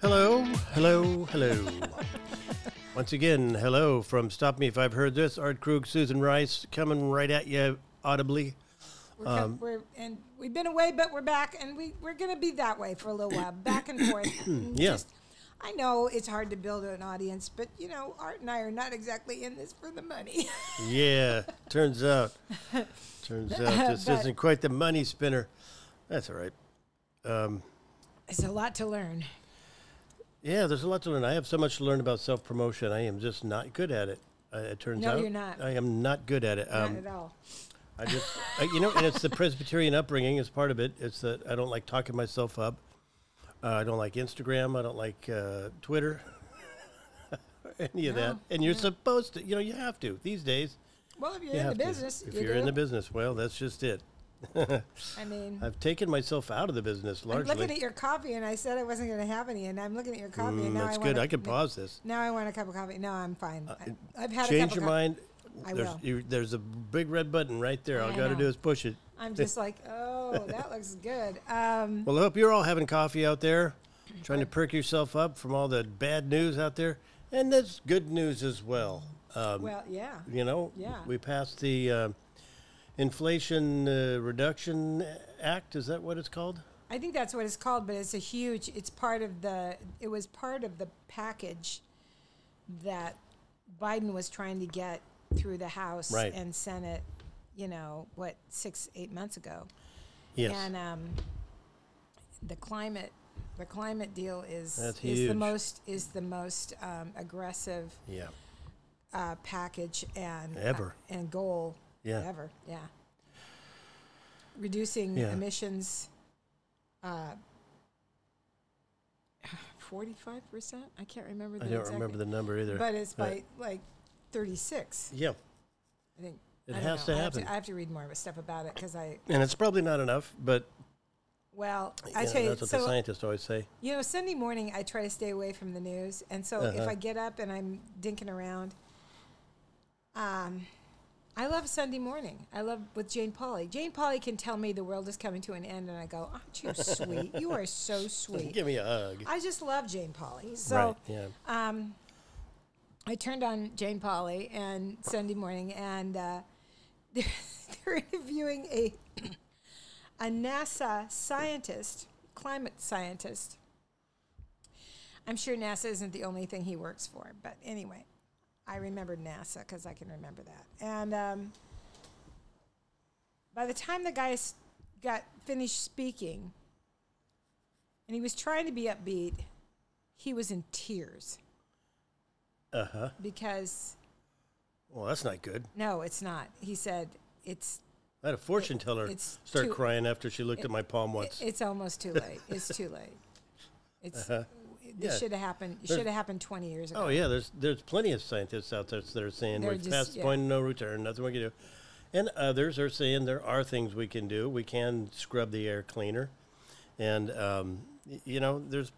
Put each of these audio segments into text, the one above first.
Hello, hello, hello. Once again, hello from Stop Me If I've Heard This, Art Krug, Susan Rice, coming right at you audibly. We're, co- Um, we're and we've been away, but we're back, and we we're gonna be that way for a little while, back and forth. And Yeah. I know it's hard to build an audience, but you know, Art and I are not exactly in this for the money. Yeah, turns out, turns out this But- isn't quite the money spinner. That's all right. it's a lot to learn. Yeah, there's a lot to learn. I have so much to learn about self promotion. I am just not good at it. Uh, it turns No, out you're not. I am not good at it. Um, not at all. I just, I, you know, and it's the Presbyterian upbringing is part of it. It's that I don't like talking myself up. Uh, I don't like Instagram. I don't like uh, Twitter. any of that. No, And you're supposed to, you know, you have to these days. Well, if you're You in the have to. business, If you are do. in the business, well, that's just it. I mean, I've taken myself out of the business I'm largely. looking at your coffee, and I said I wasn't gonna have any, and I'm looking at your coffee, Mm, and now that's I good. want I could pause this. Now I want a cup of coffee. No, I'm fine. I, I've had a Change cup your of coffee. mind. I there's, will. You, there's a big red button right there. All I you got to know. do is push it. I'm just like, oh, that looks good. Um, Well, I hope you're all having coffee out there, trying to perk yourself up from all the bad news out there, and that's good news as well. Um, well, yeah. you know, yeah. we passed the uh, Inflation uh, Reduction Act. Is that what it's called? I think that's what it's called, but it's a huge. It's part of the. It was part of the package that Biden was trying to get through the House Right. and Senate. You know what, six eight months ago, Yes. and um, the climate, the climate deal is That's is the huge. most is the most um, aggressive yeah. uh, package and uh, Ever. and goal Yeah. ever. Yeah. Reducing Yeah. emissions uh, forty five percent? I can't remember the I don't exact remember the number either. but it's by like thirty six, yeah, I think. It I don't has know. to I have happen. I have to read more of stuff about it because I and it's probably not enough, but well I you know, tell you that's what the so scientists always say. you know Sunday morning I try to stay away from the news and so if Uh-huh. I get up and I'm dinking around, um, I love Sunday morning. I love with Jane Pauley. Jane Pauley can tell me the world is coming to an end, and I go, "Aren't you sweet? You are so sweet." Give me a hug. I just love Jane Pauley. So right. Yeah. um, I turned on Jane Pauley and Sunday morning, and uh, they're, they're interviewing a a NASA scientist, climate scientist. I'm sure NASA isn't the only thing he works for, but anyway, I remembered NASA because I can remember that. And um, by the time the guy s- got finished speaking, and he was trying to be upbeat, he was in tears Uh huh. because Well, that's not good. no, it's not. He said it's I had a fortune teller it's start too- crying after she looked at my palm once. it's almost too late. It's too late. It's this Uh-huh. Yeah. should have happened. It There's- should have happened twenty years ago. Oh yeah, there's there's plenty of scientists out there that are saying They're we're just- past the yeah. point of no return, nothing we can do, and others are saying there are things we can do. We can scrub the air cleaner, and um, y- you know there's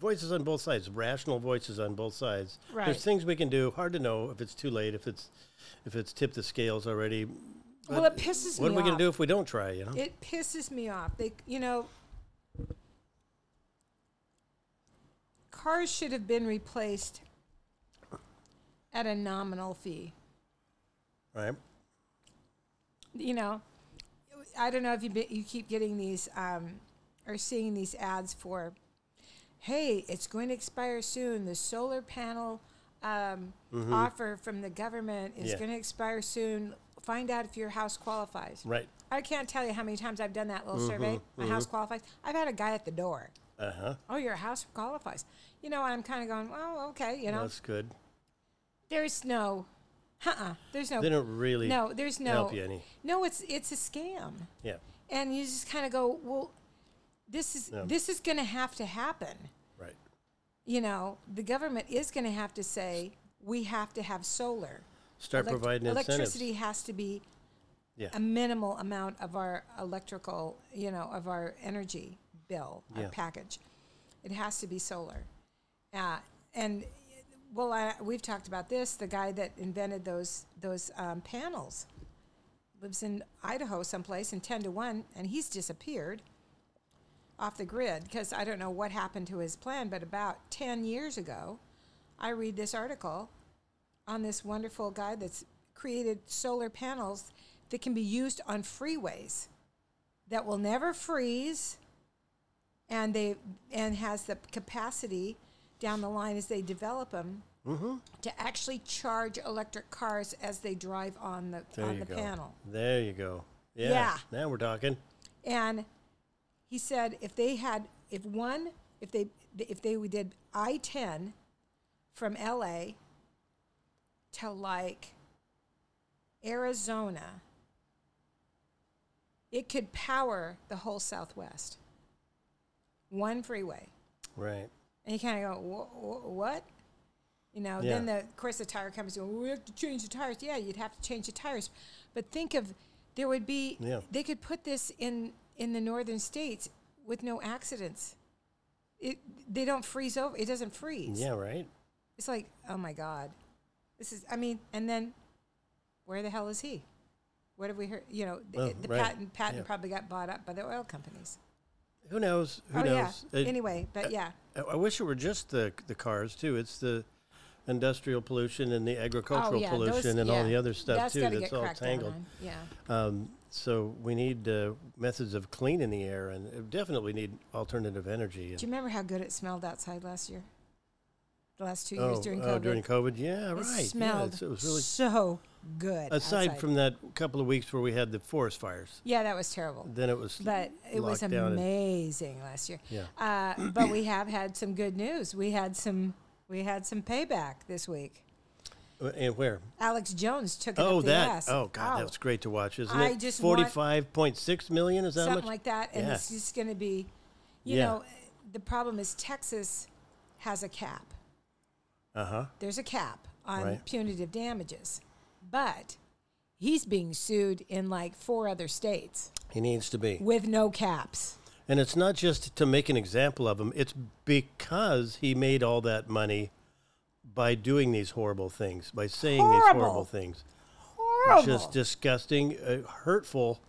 voices on both sides, rational voices on both sides. Right. There's things we can do. Hard to know if it's too late, if it's if it's tipped the scales already. well, it pisses Oh, What me are we off. gonna do if we don't try? You know. It pisses me off. They, you know, cars should have been replaced at a nominal fee. right. you know, I don't know if you be, you keep getting these um, or seeing these ads for, hey, it's going to expire soon. The solar panel um, offer from the government is Mm-hmm. Yeah. going to expire soon. Find out if your house qualifies. Right. Mm-hmm, I can't tell you how many times I've done that little survey. My house qualifies. I've had a guy at the door. Uh huh. Oh, your house qualifies. You know, and I'm kind of going, oh, okay. You know, That's good. there's no, uh-uh, there's no, They don't really. no, there's no, help you any. no, it's it's a scam Yeah. and you just kind of go, well, this is Yeah. this is going to have to happen. Right. You know, the government is going to have to say we have to have solar. Start Elec- providing incentives. electricity has to be Yeah. a minimal amount of our electrical, you know, of our energy bill our Yeah. package. It has to be solar. Uh, and well, I, we've talked about this. The guy that invented those those um, panels lives in Idaho someplace, and ten to one, and he's disappeared off the grid because I don't know what happened to his plan. But about ten years ago, I read this article on this wonderful guy that's created solar panels that can be used on freeways that will never freeze and they and has the capacity down the line as they develop them Mm-hmm. to actually charge electric cars as they drive on the There on you the go. panel There you go. Yeah. Yeah. Now we're talking. and he said if they had if one if they if they did i-10 from la to like arizona it could power the whole southwest one freeway Right. and you kind of go, "Wha- wha- what? You know, then the, of course the tire comes to, we have to change the tires. Yeah, you'd have to change the tires. But think of, there would be, Yeah. they could put this in, in the northern states with no accidents. It, they don't freeze over. It doesn't freeze. Yeah. Right. It's like, oh my God. This is, I mean, and then where the hell is he? What have we heard? You know, the, Well, the Oh, right. patent, patent Yeah. probably got bought up by the oil companies. Who knows? Who oh, knows? yeah. It- anyway, but yeah. I, I wish it were just the the cars too. It's the industrial pollution and the agricultural Oh, yeah, those- pollution and all yeah. the other stuff That's too. gotta That's get all cracked down tangled. on, Yeah. Um, so we need uh, methods of cleaning the air, and uh, definitely need alternative energy. Do you remember how good it smelled outside last year? The last two oh, years during COVID. oh, during COVID, yeah, right. It Yeah, smelled it's- it was really. so good. Aside outside. from that couple of weeks where we had the forest fires, Yeah, that was terrible. then it was. But it was locked down and- amazing last year. Yeah. Uh, but we have had some good news. We had some we had some payback this week. Uh, And where? Alex Jones took it Oh, up the that. ass. Oh, God, that was great to watch, isn't I it? just want- Forty-five point six million. Is that how something much? like that. And it's Yeah. just going to be, you Yeah. know, the problem is Texas has a cap. uh huh. there's a cap on Right. punitive damages, but he's being sued in like four other states He needs to be. with no caps. And it's not just to make an example of him, it's because he made all that money by doing these horrible things, by saying these Horrible. horrible things. Horrible. Just disgusting, uh, hurtful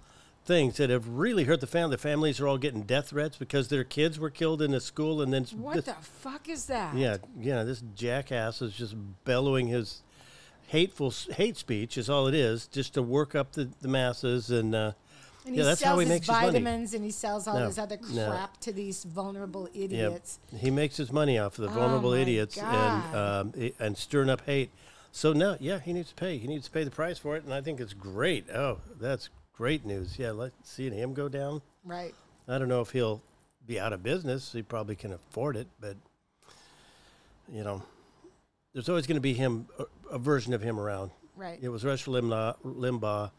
things that have really hurt the family. The families are all getting death threats because their kids were killed in a school and then s- what this- the fuck is that? yeah, yeah, this jackass is just bellowing his hateful s- hate speech is all it is, just to work up the, the masses and uh And yeah, he that's sells how he his makes his money. vitamins and he sells all No, his other no. crap to these vulnerable Yeah, idiots. Oh he makes his money off of the vulnerable my idiots God. and um, i- and stirring up hate. So no, yeah, he needs to pay. He needs to pay the price for it, and I think it's great. Oh, that's great news. Yeah, let seeing him go down. Right. I don't know if he'll be out of business. He probably can afford it, but you know, there's always going to be him a, a version of him around. Right. It was Rush Limbaugh, Limbaugh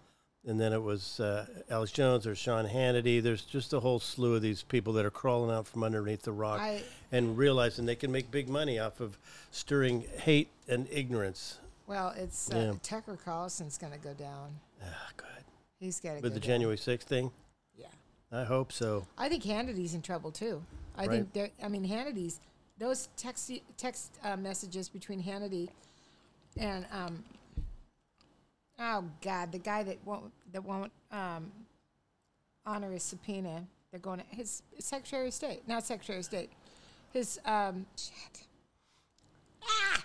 and then it was uh, Alex Jones or Sean Hannity. There's just a whole slew of these people that are crawling out from underneath the rock I- and realizing they can make big money off of stirring hate and ignorance. Well, it's uh, Yeah. Tucker Carlson's going to go down. Ah, good. He's got to go With the down. January 6th thing, yeah. I hope so. I think Hannity's in trouble too. I Right. think that I mean Hannity's those text text uh, messages between Hannity and um oh god the guy that won't that won't um honor his subpoena they're going to his Secretary of State not Secretary of State his um shit ah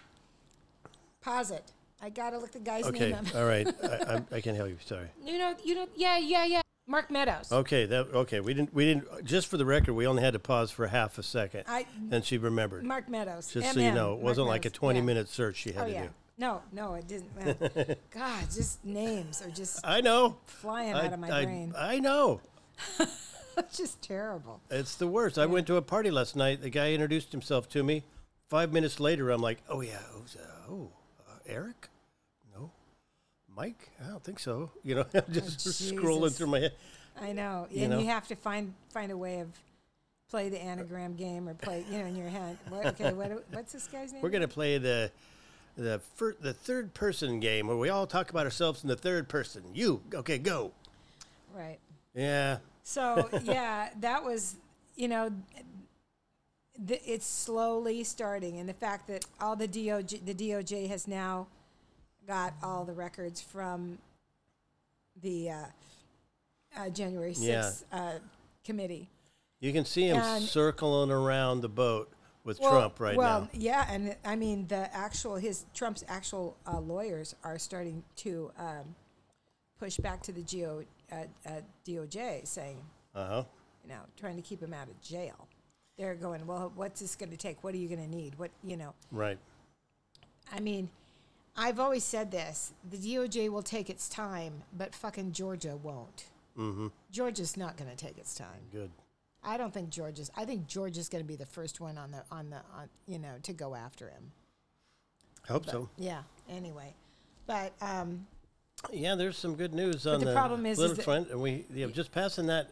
pause it I gotta look the guy's Okay, name up all right. I, I, I can't help you. Sorry. you know you know yeah yeah yeah Mark Meadows Okay, that okay. We didn't. We didn't. Just for the record, we only had to pause for half a second, I- and she remembered. Mark Meadows just so you MM, know, it Mark wasn't like a Meadows. twenty Yeah. minute search she had Oh to yeah. do. No, no, it didn't. Well, God, just names are just I know. flying I, out of my I- brain. I know. It's just terrible. It's the worst. I went to a party last night. The guy introduced himself to me. Five minutes later, I'm like, oh, yeah. Who's, uh, oh, uh, Eric? No. Mike? I don't think so. You know, I'm just scrolling Oh, Jesus. through my head. I know. You and know? you have to find find a way of play the anagram game or play, you know, in your head. What, okay, what, do- what's this guy's name? We're going to play the the fir- the third person game where we all talk about ourselves in the third person. You okay? Go. Right. Yeah. So yeah, that was you know, th- it's slowly starting, and the fact that all the DOJ the DOJ has now got all the records from the uh, uh, January Yeah. sixth uh, committee. You can see him And- circling around the boat with Well- Trump right well, now. yeah, and I mean the actual his Trump's actual uh, lawyers are starting to um, push back to the GO, uh, uh, DOJ, saying Uh huh. you know trying to keep him out of jail. They're going, well, what's this going to take? What are you going to need? What you know? Right. I mean, I've always said this: the DOJ will take its time, but fucking Georgia won't. Mm-hmm. Georgia's not going to take its time. Good. I don't think Georgia's. I think Georgia's going to be the first one on the on the on, you know to go after him. Hope so. Yeah. Anyway, but um, Yeah, there's some good news on the the, problem is- is little that- front, and we you know, just passing that,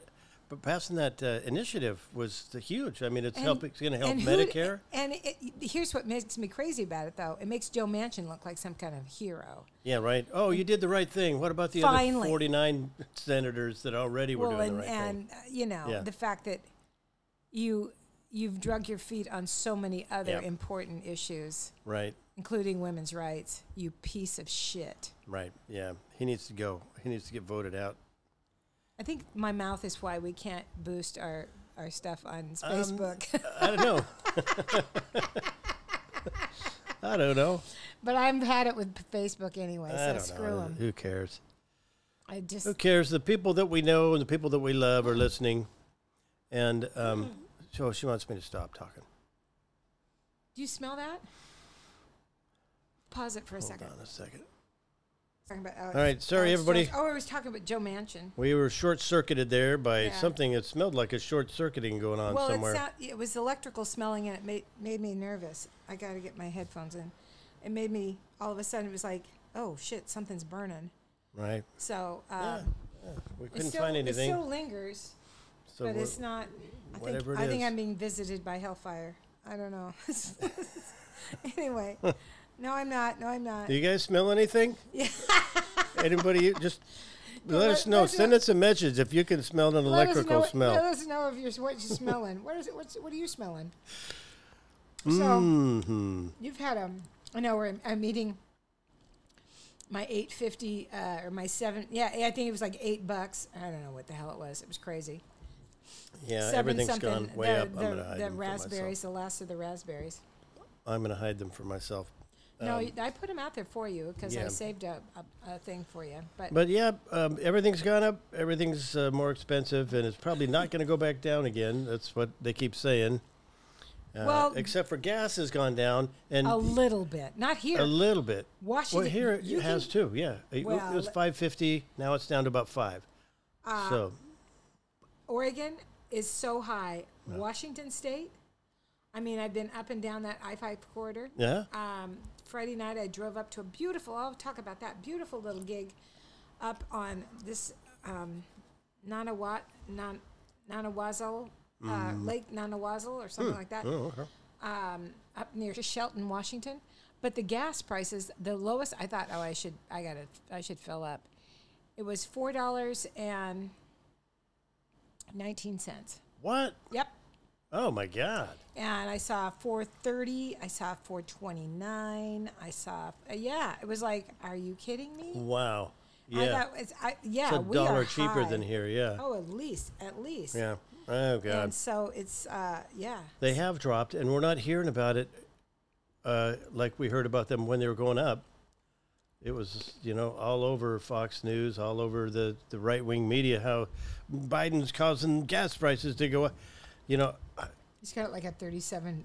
but passing that uh, initiative was the huge. I mean, it's helping. It's going to help and who- Medicare. and it, here's what makes me crazy about it, though. It makes Joe Manchin look like some kind of hero. yeah, right. Oh, you did the right thing. What about the Finally. other 49 senators that already were well, doing and, the right thing? and uh, you know Yeah. the fact that you you've drug your feet on so many other Yeah. important issues, Right. including women's rights. You piece of shit. Right. Yeah. He needs to go. He needs to get voted out. I think my mouth is why we can't boost our our stuff on Um, Facebook. I don't know. I don't know. but I've had it with Facebook anyway, I so don't screw know. 'em. Who cares? I just Who cares? The people that we know and the people that we love are listening. And um, Hmm. so she wants me to stop talking. Do you smell that? Pause it for a Hold second. on a second. Talking about Alex- All right, sorry, Alex everybody. Jones. Oh, I was talking about Joe Manchin. We were short circuited there by Yeah. something that smelled like a short circuiting going on well, somewhere. It, sound, it was electrical smelling, and it made made me nervous. I got to get my headphones in. It made me all of a sudden. It was like, oh shit, something's burning. right. So um, We it, couldn't still, find it anything. still lingers, so but we're- it's not. I think, whatever it I think is. I'm being visited by hellfire. I don't know. anyway, no, I'm not. No, I'm not. do you guys smell anything? Yeah. Anybody, you- just let, let- us know. let us Send know. us a message if you can smell an Let us electrical know- smell. Let us know if you're what you're smelling. what is it? What's, what are you smelling? So hmm you've had um. I know we're I'm eating my eight fifty uh, or my seven. Yeah, I think it was like eight bucks. I don't know what the hell it was. It was crazy. Yeah, seven everything's something. gone way the, up. The, I'm gonna hide the them for myself. raspberries, the last of the raspberries. I'm gonna hide them for myself. No, I put them out there for you because I Um, yeah. saved a, a, a thing for you. But, But yeah, um, everything's gone up. Everything's uh, more expensive, and it's probably not going to go back down again. That's what they keep saying. Uh, Well- except for gas has gone down and a little bit, not here. a little bit. Washington- well, here it you has too. Yeah, it, w- it was Well- Uh, five fifty. Now it's down to about five. so Oregon is so high. Washington State. I mean, I've been up and down that I five corridor. yeah, um, Friday night, I drove up to a beautiful, I'll talk about that beautiful little gig up on this um, Nanawat, Nan, Nanawazel, uh, Lake Nanawazel or something like that, um, up near Shelton, Washington. But the gas prices, the lowest, I thought, oh, I should, I gotta, I should fill up. It was four dollars and nineteen cents. what? Yep, Oh my God! and I saw 430, I saw 429, I saw uh, yeah, it was like, are you kidding me? Wow. I Yeah, thought it's I, yeah, it's a we dollar are cheaper high. than here. Yeah, Oh, at least, at least. yeah. Oh God. And so it's uh yeah. They have dropped, and we're not hearing about it uh, like we heard about them when they were going up. It was, you know, all over Fox News, all over the, the right wing media, how Biden's causing gas prices to go up. You know, uh, He's got like a 37%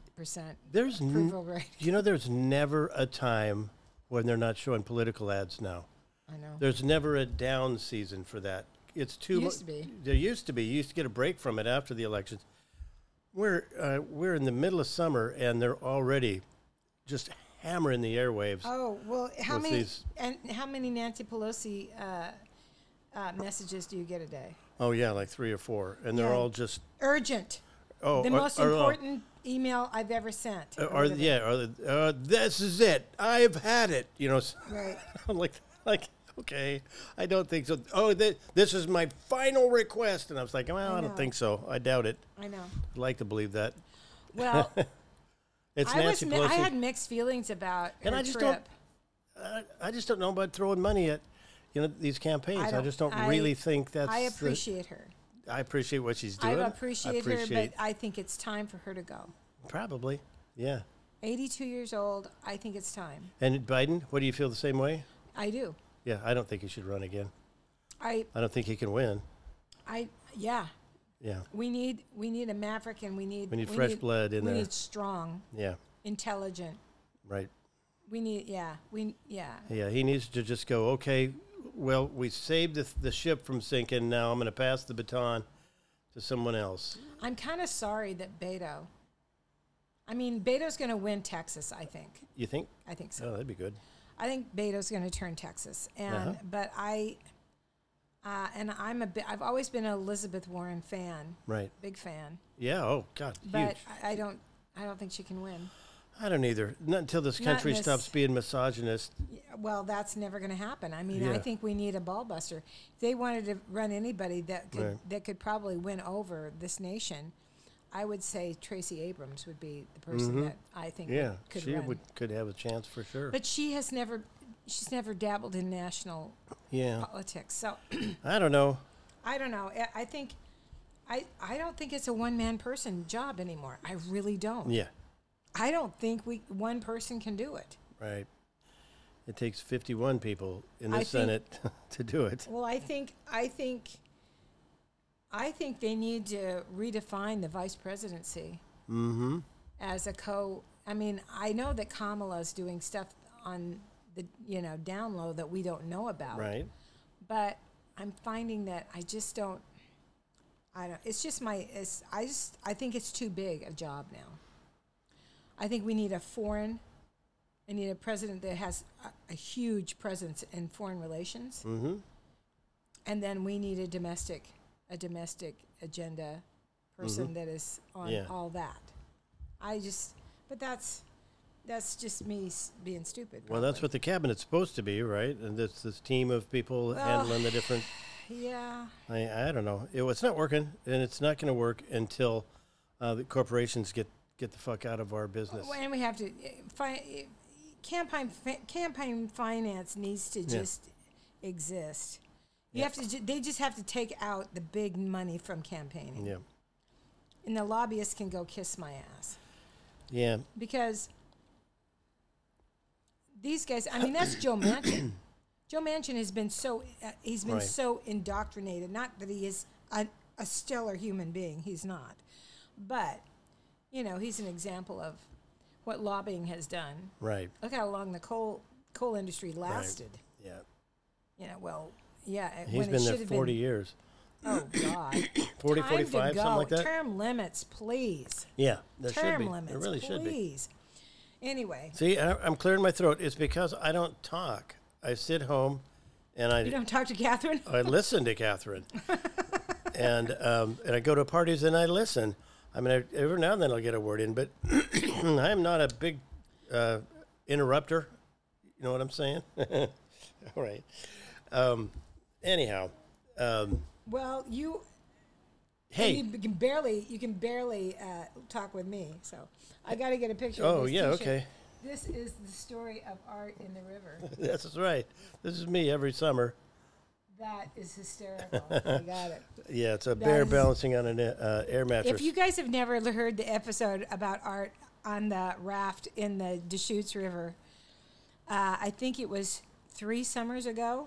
there's, n- approval rate. you know, there's never a time when they're not showing political ads now. I know. There's never a down season for that. It's too. Used mu- to be. There used to be. You used to get a break from it after the elections. We're uh, we're in the middle of summer and they're already just hammering the airwaves. Oh, well, how With many these- and how many Nancy Pelosi uh, uh, messages do you get a day? Oh yeah, like three or four, and they're Yeah. all just Urgent. Oh, the or- most or, uh, important email I've ever sent. Or, or or- whatever. yeah, or the- uh, this is it. I've had it. You know, Right. I'm like, like, okay, I don't think so. Oh, th- this is my final request, and I was like, well, I, know. don't think so. I doubt it. I know. I'd like to believe that. Well, It's I was Nancy mi- Pelosi. I had mixed feelings about And her I just trip. don't- I, I just don't know about throwing money at, you know, these campaigns. I, just don't I- really think that's. I the- appreciate her. I appreciate what she's I doing. appreciate, her, appreciate- but I think it's time for her to go. probably, yeah. 82 years old. I think it's time. And Biden, what do you feel the same way? I do. Yeah, I don't think he should run again. I, I don't think he can win. I, yeah. Yeah, We need, we need a maverick, and we need, We need fresh blood in we there. need strong, yeah, intelligent. right. We need, yeah, we, yeah. Yeah, he needs to just go, okay, well, we saved the, the ship from sinking. Now I'm going to pass the baton to someone else. I'm kind of sorry that Beto. I mean, Beto's going to win Texas. I think. You think? I think so. Oh, that'd be good. I think Beto's going to turn Texas, and Uh-huh. but I, uh, and I'm a bi- I've always been an Elizabeth Warren fan, Right. big fan, Yeah. Oh, God. huge. but I, I don't I don't think she can win. I don't either. Not until this Not country mis- stops being misogynist. Y- Well, that's never going to happen. I mean, I Yeah. think we need a ball buster. If they wanted to run anybody that could Right. that could probably win over this nation. I would say Tracy Abrams would be the person that I think Mm-hmm. Yeah. could she run. would could have a chance for sure. But she has never, she's never dabbled in national yeah. politics. So I don't know. I don't know. I- I think, I, I don't think it's a one man person job anymore. I really don't. Yeah. I don't think we one person can do it. Right. It takes 51 people in I the think- Senate to do it. Well, I think, I think, I think they need to redefine the vice presidency as a co. I mean, I know that Kamala's doing stuff on the you know down low that we don't know about. Right. but I'm finding that I just don't. I don't. It's just my. It's, I just. I think it's too big a job now. I think we need a foreign. I need a president that has a, a huge presence in foreign relations, Mm-hmm. and then we need a domestic, a domestic agenda person that is on Mm-hmm. Yeah. all that. I just. But that's. That's just me s- being stupid. Well, that's probably. what the cabinet's supposed to be, right? And this this team of people handling the different Yeah. I, I don't know. It, it's not working, and it's not going to work until uh, the corporations get, get the fuck out of our business. Well, and we have to uh, fi- uh, campaign fi- campaign finance needs to just exist. You Yeah. have to. Ju- they just have to take out the big money from campaigning, Yeah, and the lobbyists can go kiss my ass yeah, because these guys. I mean, that's Joe Manchin. Joe Manchin has been so uh, he's been Right. so indoctrinated. Not that he is a, a stellar human being. He's not, but you know, he's an example of what lobbying has done right. look how long the coal coal industry lasted. Yeah, You know, well, yeah, it- he's when been it there should have 40 years, Been, oh God, 40, Time 45, to go. something like that. Term limits, please. yeah, there should Term be. limits, there really please. should be. Anyway, See, I, I'm clearing my throat. It's because I don't talk. I sit home, and I you don't talk to Catherine. I listen to Catherine, and um, and I go to parties and I listen. I mean, I, every now and then I'll get a word in, but I'm not a big uh, interrupter. You know what I'm saying? All right. Um, anyhow, um, Well, you hey, you b- can barely you can barely uh, talk with me, so I got to get a picture. Oh, of this yeah, t-shirt. okay. This is the story of art in the river. this is right. This is me every summer. That is hysterical. I got it. Yeah, it's a bear is- balancing on an uh, air mattress. If you guys have never l- heard the episode about art on the raft in the Deschutes River, uh, I think it was three summers ago.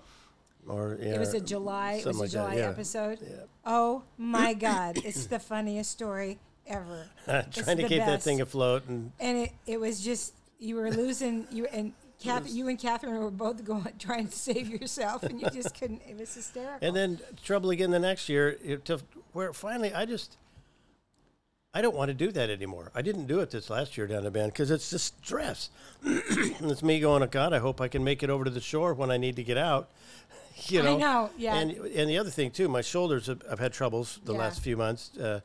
or yeah, It was a July. It was a Uh, something like July that, yeah. episode. Yeah. Oh my God! It's the funniest story ever. It's trying to the keep that best. thing afloat, and And it, it was just you were losing you and Kath, you and Catherine were both going trying to save yourself, and you just couldn't. It was hysterical. And then trouble again the next year. It to where finally I just I don't want to do that anymore. I didn't do it this last year down the band because it's just stress. it's me going, oh God, I hope I can make it over to the shore when I need to get out. You I know, know, yeah. And and the other thing too, my shoulders. Have, I've had troubles the Yeah. last few months, uh,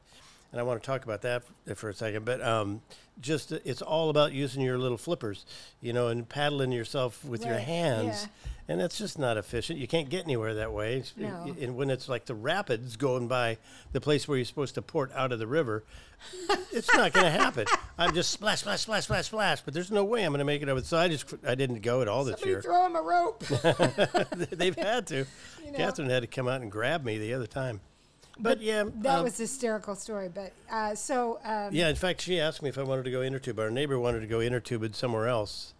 and I want to talk about that f- for a second. But um, just uh, it's all about using your little flippers, you know, and paddling yourself with your Right, hands, and that's just not efficient. You can't get anywhere that way. It's- No. And, and when it's like the rapids going by the place where you're supposed to port out of the river, it's not going to happen. I'm just splash, splash, splash, splash, splash. But there's no way I'm going to make it over. So I just I didn't go at all this Somebody year. throw him a rope. They've had to. You know. Catherine had to come out and grab me the other time. But, yeah, that um, was a hysterical story. But uh, so um, yeah. In fact, she asked me if I wanted to go inner tube. Our neighbor wanted to go inner tubed somewhere else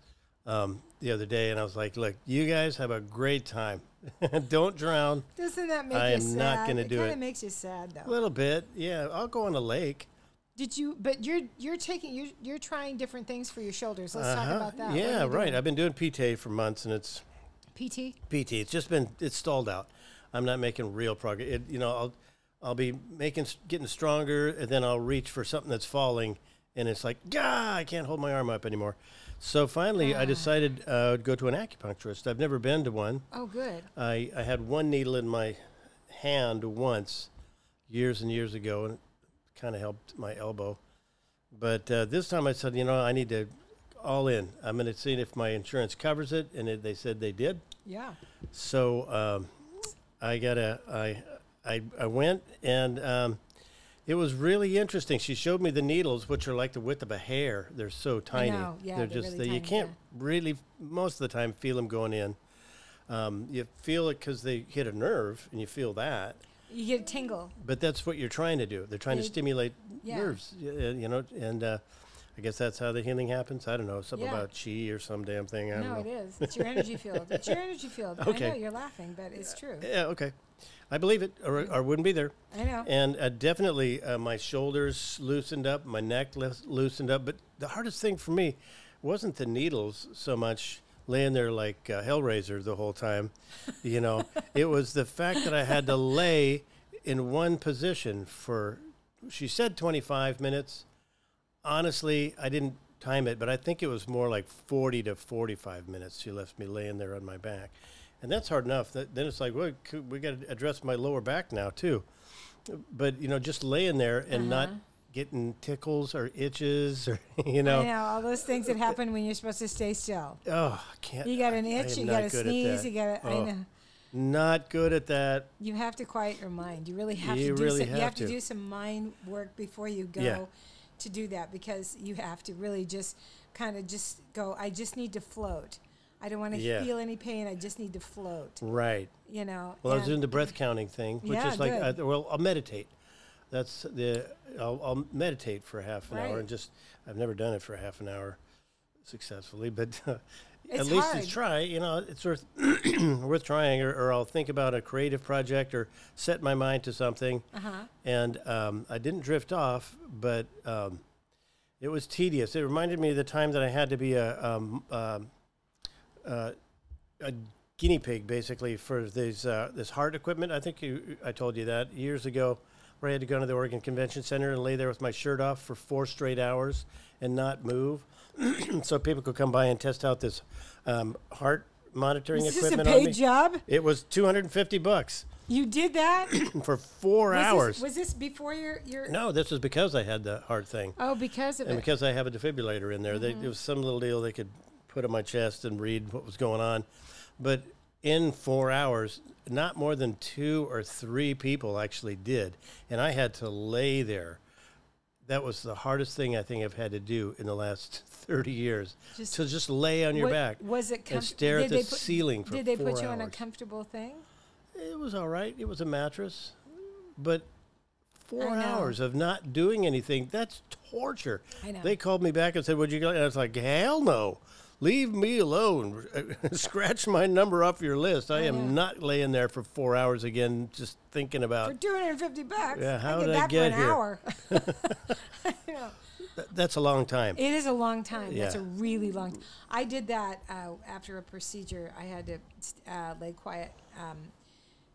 um, the other day, and I was like, "Look, you guys have a great time. Don't drown. doesn't that make I you am sad? not gonna do Kind it. of makes you sad though. A little bit. Yeah, I'll go on a lake. Did you? But you're you're taking you're you're trying different things for your shoulders. Let's talk Uh-huh. about that. What Yeah, are you right. I've been doing PT for months, and it's doing? PT. PT. It's just been it's stalled out. I'm not making real progress. It, you know, I'll I'll be making s- getting stronger, and then I'll reach for something that's falling, and it's like, gah, I can't hold my arm up anymore. So finally, I decided uh, I'd go to an acupuncturist. I've never been to one. Oh, good. I, I had one needle in my hand once years and years ago, and it kind of helped my elbow. But uh, this time I said, you know, I need to all in. I'm going to see if my insurance covers it, and it, they said they did. Yeah. So um, I got a I I I went and um, it was really interesting. She showed me the needles, which are like the width of a hair. They're so tiny. know. Yeah, they're they're just really you tiny, can't yeah. really most of the time feel them going in. Um, you feel it because they hit a nerve, and you feel that. You get a tingle. But that's what you're trying to do. They're trying to They- stimulate yeah. nerves, y- uh, you know. And uh, I guess that's how the healing happens. I don't know something Yeah. about chi or some damn thing. I don't No, know. it is. It's your energy field. It's your energy field. Okay. I know you're laughing, but it's true. Yeah, okay. I believe it, or, or I wouldn't be there. I know. And uh, definitely, uh, my shoulders loosened up, my neck lis- loosened up. But the hardest thing for me wasn't the needles so much laying there like uh, Hellraiser the whole time. You know, it was the fact that I had to lay in one position for, she said 25 minutes. Honestly, I didn't time it, but I think it was more like 40 to 45 minutes. She left me laying there on my back. And that's hard enough. That, then it's like, well, c- we got to address my lower back now, too but you know, just laying there and Uh-huh. not getting tickles or itches or you know, I know all those things that happen when you're supposed to stay still. oh, I can't. You got an I- I itch. am You not got a good at sneeze. that. You got. a I Oh, know. Not good at that. You have to quiet your mind. You really have You to do really some, have you have to. to. do some mind work before you go Yeah. to do that because you have to really just kind of just go I just need to float. I don't want to Yeah. feel any pain. I just need to float, Right. you know. Well, I was and- doing the breath counting thing, which Yeah, is like, good. uh, well, I'll meditate. That's the I'll, I'll meditate for half an hour Right. and just I've never done it for half an hour successfully, but at It's least hard. it's try. You know, it's worth worth trying. Or, or I'll think about a creative project or set my mind to something. Uh-huh. And um, I didn't drift off, but um, it was tedious. It reminded me of the time that I had to be a um, um, uh, a guinea pig, basically, for these uh, this heart equipment. I think you, I told you that years ago, where I had to go to the Oregon Convention Center and lay there with my shirt off for four straight hours and not move, so people could come by and test out this um, heart monitoring Is this a equipment on me. paid job? It was two hundred and fifty bucks You did that? was for four hours. This, was this before your your no, this was because I had the heart thing. Oh, because of And it. because I have a defibrillator in there, they, Mm-hmm. it was some little deal they could put on my chest and read what was going on. But in four hours, not more than two or three people actually did. And I had to lay there. That was the hardest thing I think I've had to do in the last 30 years. Just- to just lay on your What- back. Was it and stare at did they the put- ceiling for Did they four put you on a hours. comfortable thing? It was all right. It was a mattress, but four know. hours of not doing anything—that's torture. I know. They called me back and said, "Would you go?" And I was like, "Hell no! Leave me alone. Scratch my number off your list. I, am not laying there for four hours again, just thinking For about 250 bucks. Yeah, how I get did I that get for an here? hour. you know. th- that's a long time." It is a long time. That's a Yeah. really long. T- I did that uh, after a procedure. I had to uh, lay quiet, um,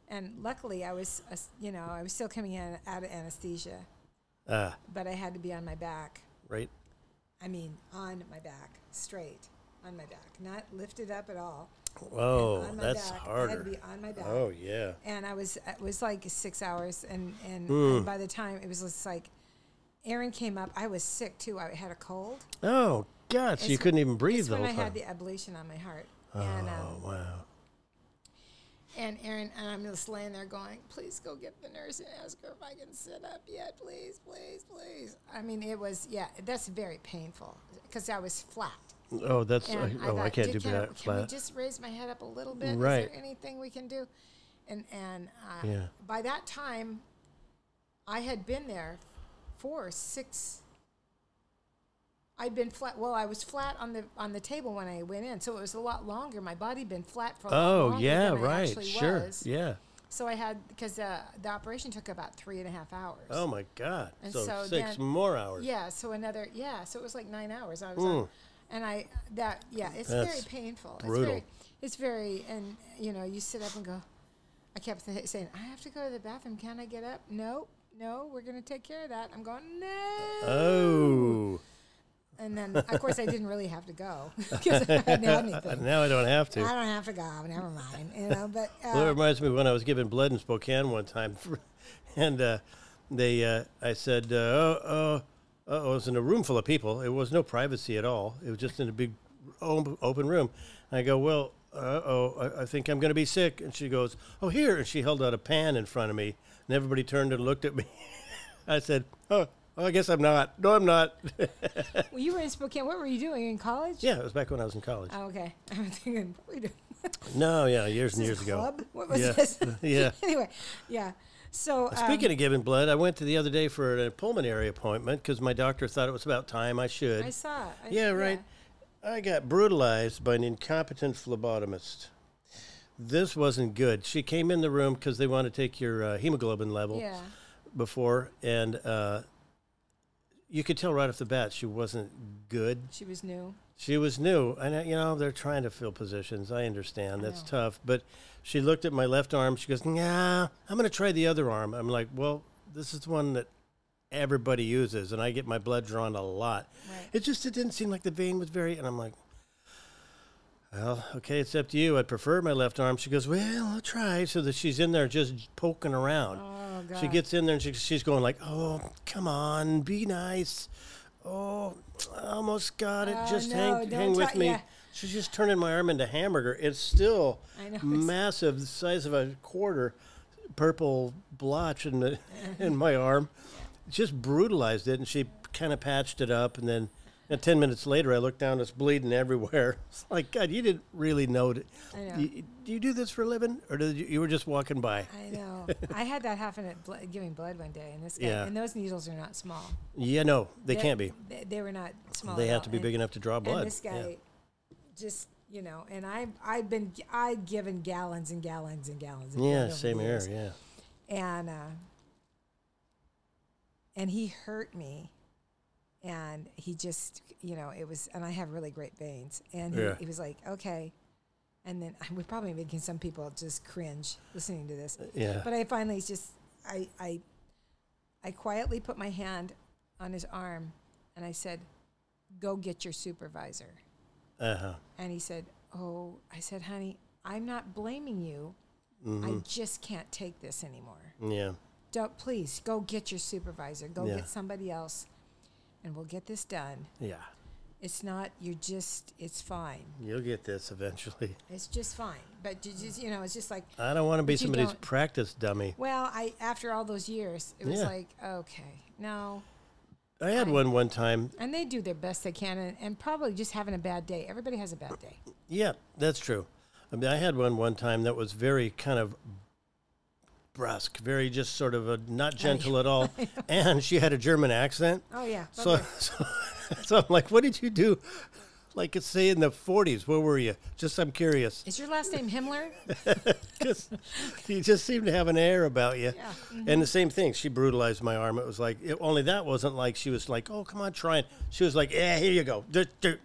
and luckily I was, uh, you know, I was still coming in out of anesthesia, Ah, but I had to be on my back. right. I mean, on my back, straight on my back, not lifted up at all. Whoa, on my Oh, that's back. I had to harder. be on my back. Oh yeah. uh, and I was it was like six hours, and and, and by the time it was just like, Aaron came up. I was sick too. I had a cold. Oh, God. So you couldn't even breathe It's the when whole I time. had the ablation on my heart. And, oh, um, wow. and Aaron and I'm just laying there going, please go get the nurse and ask her if I can sit up yet, please, please, please. I mean, it was yeah, that's very painful because I was flat. Oh, that's. And I, oh, I thought, can't do "Dick, can I- that Can we flat. just raise my head up a little bit? Is Right. there anything we can do? And and uh, Yeah. by that time, I had been there for six. I'd been flat. Well, I was flat on the on the table when I went in, so it was a lot longer. My body had been flat for. a lot Oh, longer yeah, than I right. actually Sure. was. Yeah. So I had because the the operation took about three and a half hours. Oh, my God. And So, so six then- more hours. Yeah, so another yeah, so it was like nine hours. I was on, and I that yeah, it's very That's painful. brutal. It's very, it's very, and you know, you sit up and go. I kept th- saying, I have to go to the bathroom. Can I get up? No, no, we're gonna take care of that. I'm going Uh, no. Oh. And then of course I didn't really have to go because I hadn't had anything. Now I don't have to. I don't have to go. Never mind. You know, but Well, it uh, reminds me when I was giving blood in Spokane one time, and uh, they, uh, I said, uh, "Oh, oh, uh, it was in a room full of people. It was no privacy at all. It was just in a big o- open room." And I go, "Well, uh oh, I, I think I'm going to be sick." And she goes, "Oh, here!" And she held out a pan in front of me, and everybody turned and looked at me. I said, "Oh, oh, I guess I'm not. No, I'm not." well, you were in Spokane. What were you doing in college? yeah, it was back when I was in college. Oh, okay. I was thinking, what were you doing? No, yeah, years and This years is ago. club? What was yeah. this? yeah. anyway, yeah. So um, Speaking of giving blood, I went to the other day for a pulmonary appointment because my doctor thought it was about time I should. I saw it. I- yeah, right. I got brutalized by an incompetent phlebotomist. This wasn't good. She came in the room because they want to take your uh, hemoglobin level Yeah. before, and uh, you could tell right off the bat she wasn't good. She was new. She was new, and uh, you know they're trying to fill positions. I understand that's tough, but she looked at my left arm. She goes, "Nah, I'm going to try the other arm." I'm like, "Well, this is the one that everybody uses, and I get my blood drawn a lot. Right. It just it didn't seem like the vein was very." And I'm like, "Well, okay, it's up to you. I prefer my left arm." She goes, "Well, I'll try." So that she's in there just poking around. Oh god. She gets in there and she, she's going like, "Oh, come on, be nice. Oh, I almost got it. Oh, just no, hang, don't hang with touch- me." yeah. She's just turning my arm into hamburger. It's still I know, it's- massive, the size of a quarter, purple blotch in the in my arm. Just brutalized it, and she kind of patched it up, and then. And ten minutes later, I looked down; it's bleeding everywhere. It's like God, you didn't really know. It. I know. You, do you do this for a living, or did you, you were just walking by? I know. I had that happen at blo- giving blood one day, and this guy Yeah. and those needles are not small. Yeah, no, they That- can't be. They, they were not small. They at have all. to be and, big enough to draw blood. And this Yeah. guy, just you know, and I I've been g- I've given gallons and gallons and gallons. Of Yeah, blood over same the here. years. Yeah. and uh, and he hurt me and he just you know it was and i have really great veins and he, Yeah. he was like okay and then i would probably making some people just cringe listening to this Uh, Yeah. but i finally just i i i quietly put my hand on his arm and i said go get your supervisor Uh huh. and he said, Oh, I said, honey, I'm not blaming you. Mm-hmm. I just can't take this anymore. Yeah. Don't please go get your supervisor, go Yeah. get somebody else, and we'll get this done. Yeah. It's not, you're just, it's fine. You'll get this eventually. It's just fine. But you just, you know, it's just like, I don't want to be But you somebody's don't- practice dummy. well, I, after all those years, it was Yeah. like, okay, no. I had one one time. And they do their best they can and, and probably just having a bad day. Everybody has a bad day. Yeah, that's true. I mean, I had one one time that was very kind of brusque, very just sort of a not gentle at all, and she had a German accent. Oh, yeah. So, okay. so, so I'm like, what did you do? Like, it's say in the 40s. Where were you? Just, I'm curious. Is your last name Himmler? just you just seem to have an air about you. Yeah, And the same thing, she brutalized my arm. It was like it, only that wasn't like she was like, "Oh, come on, try it." She was like, "Yeah, here you go, Just- just-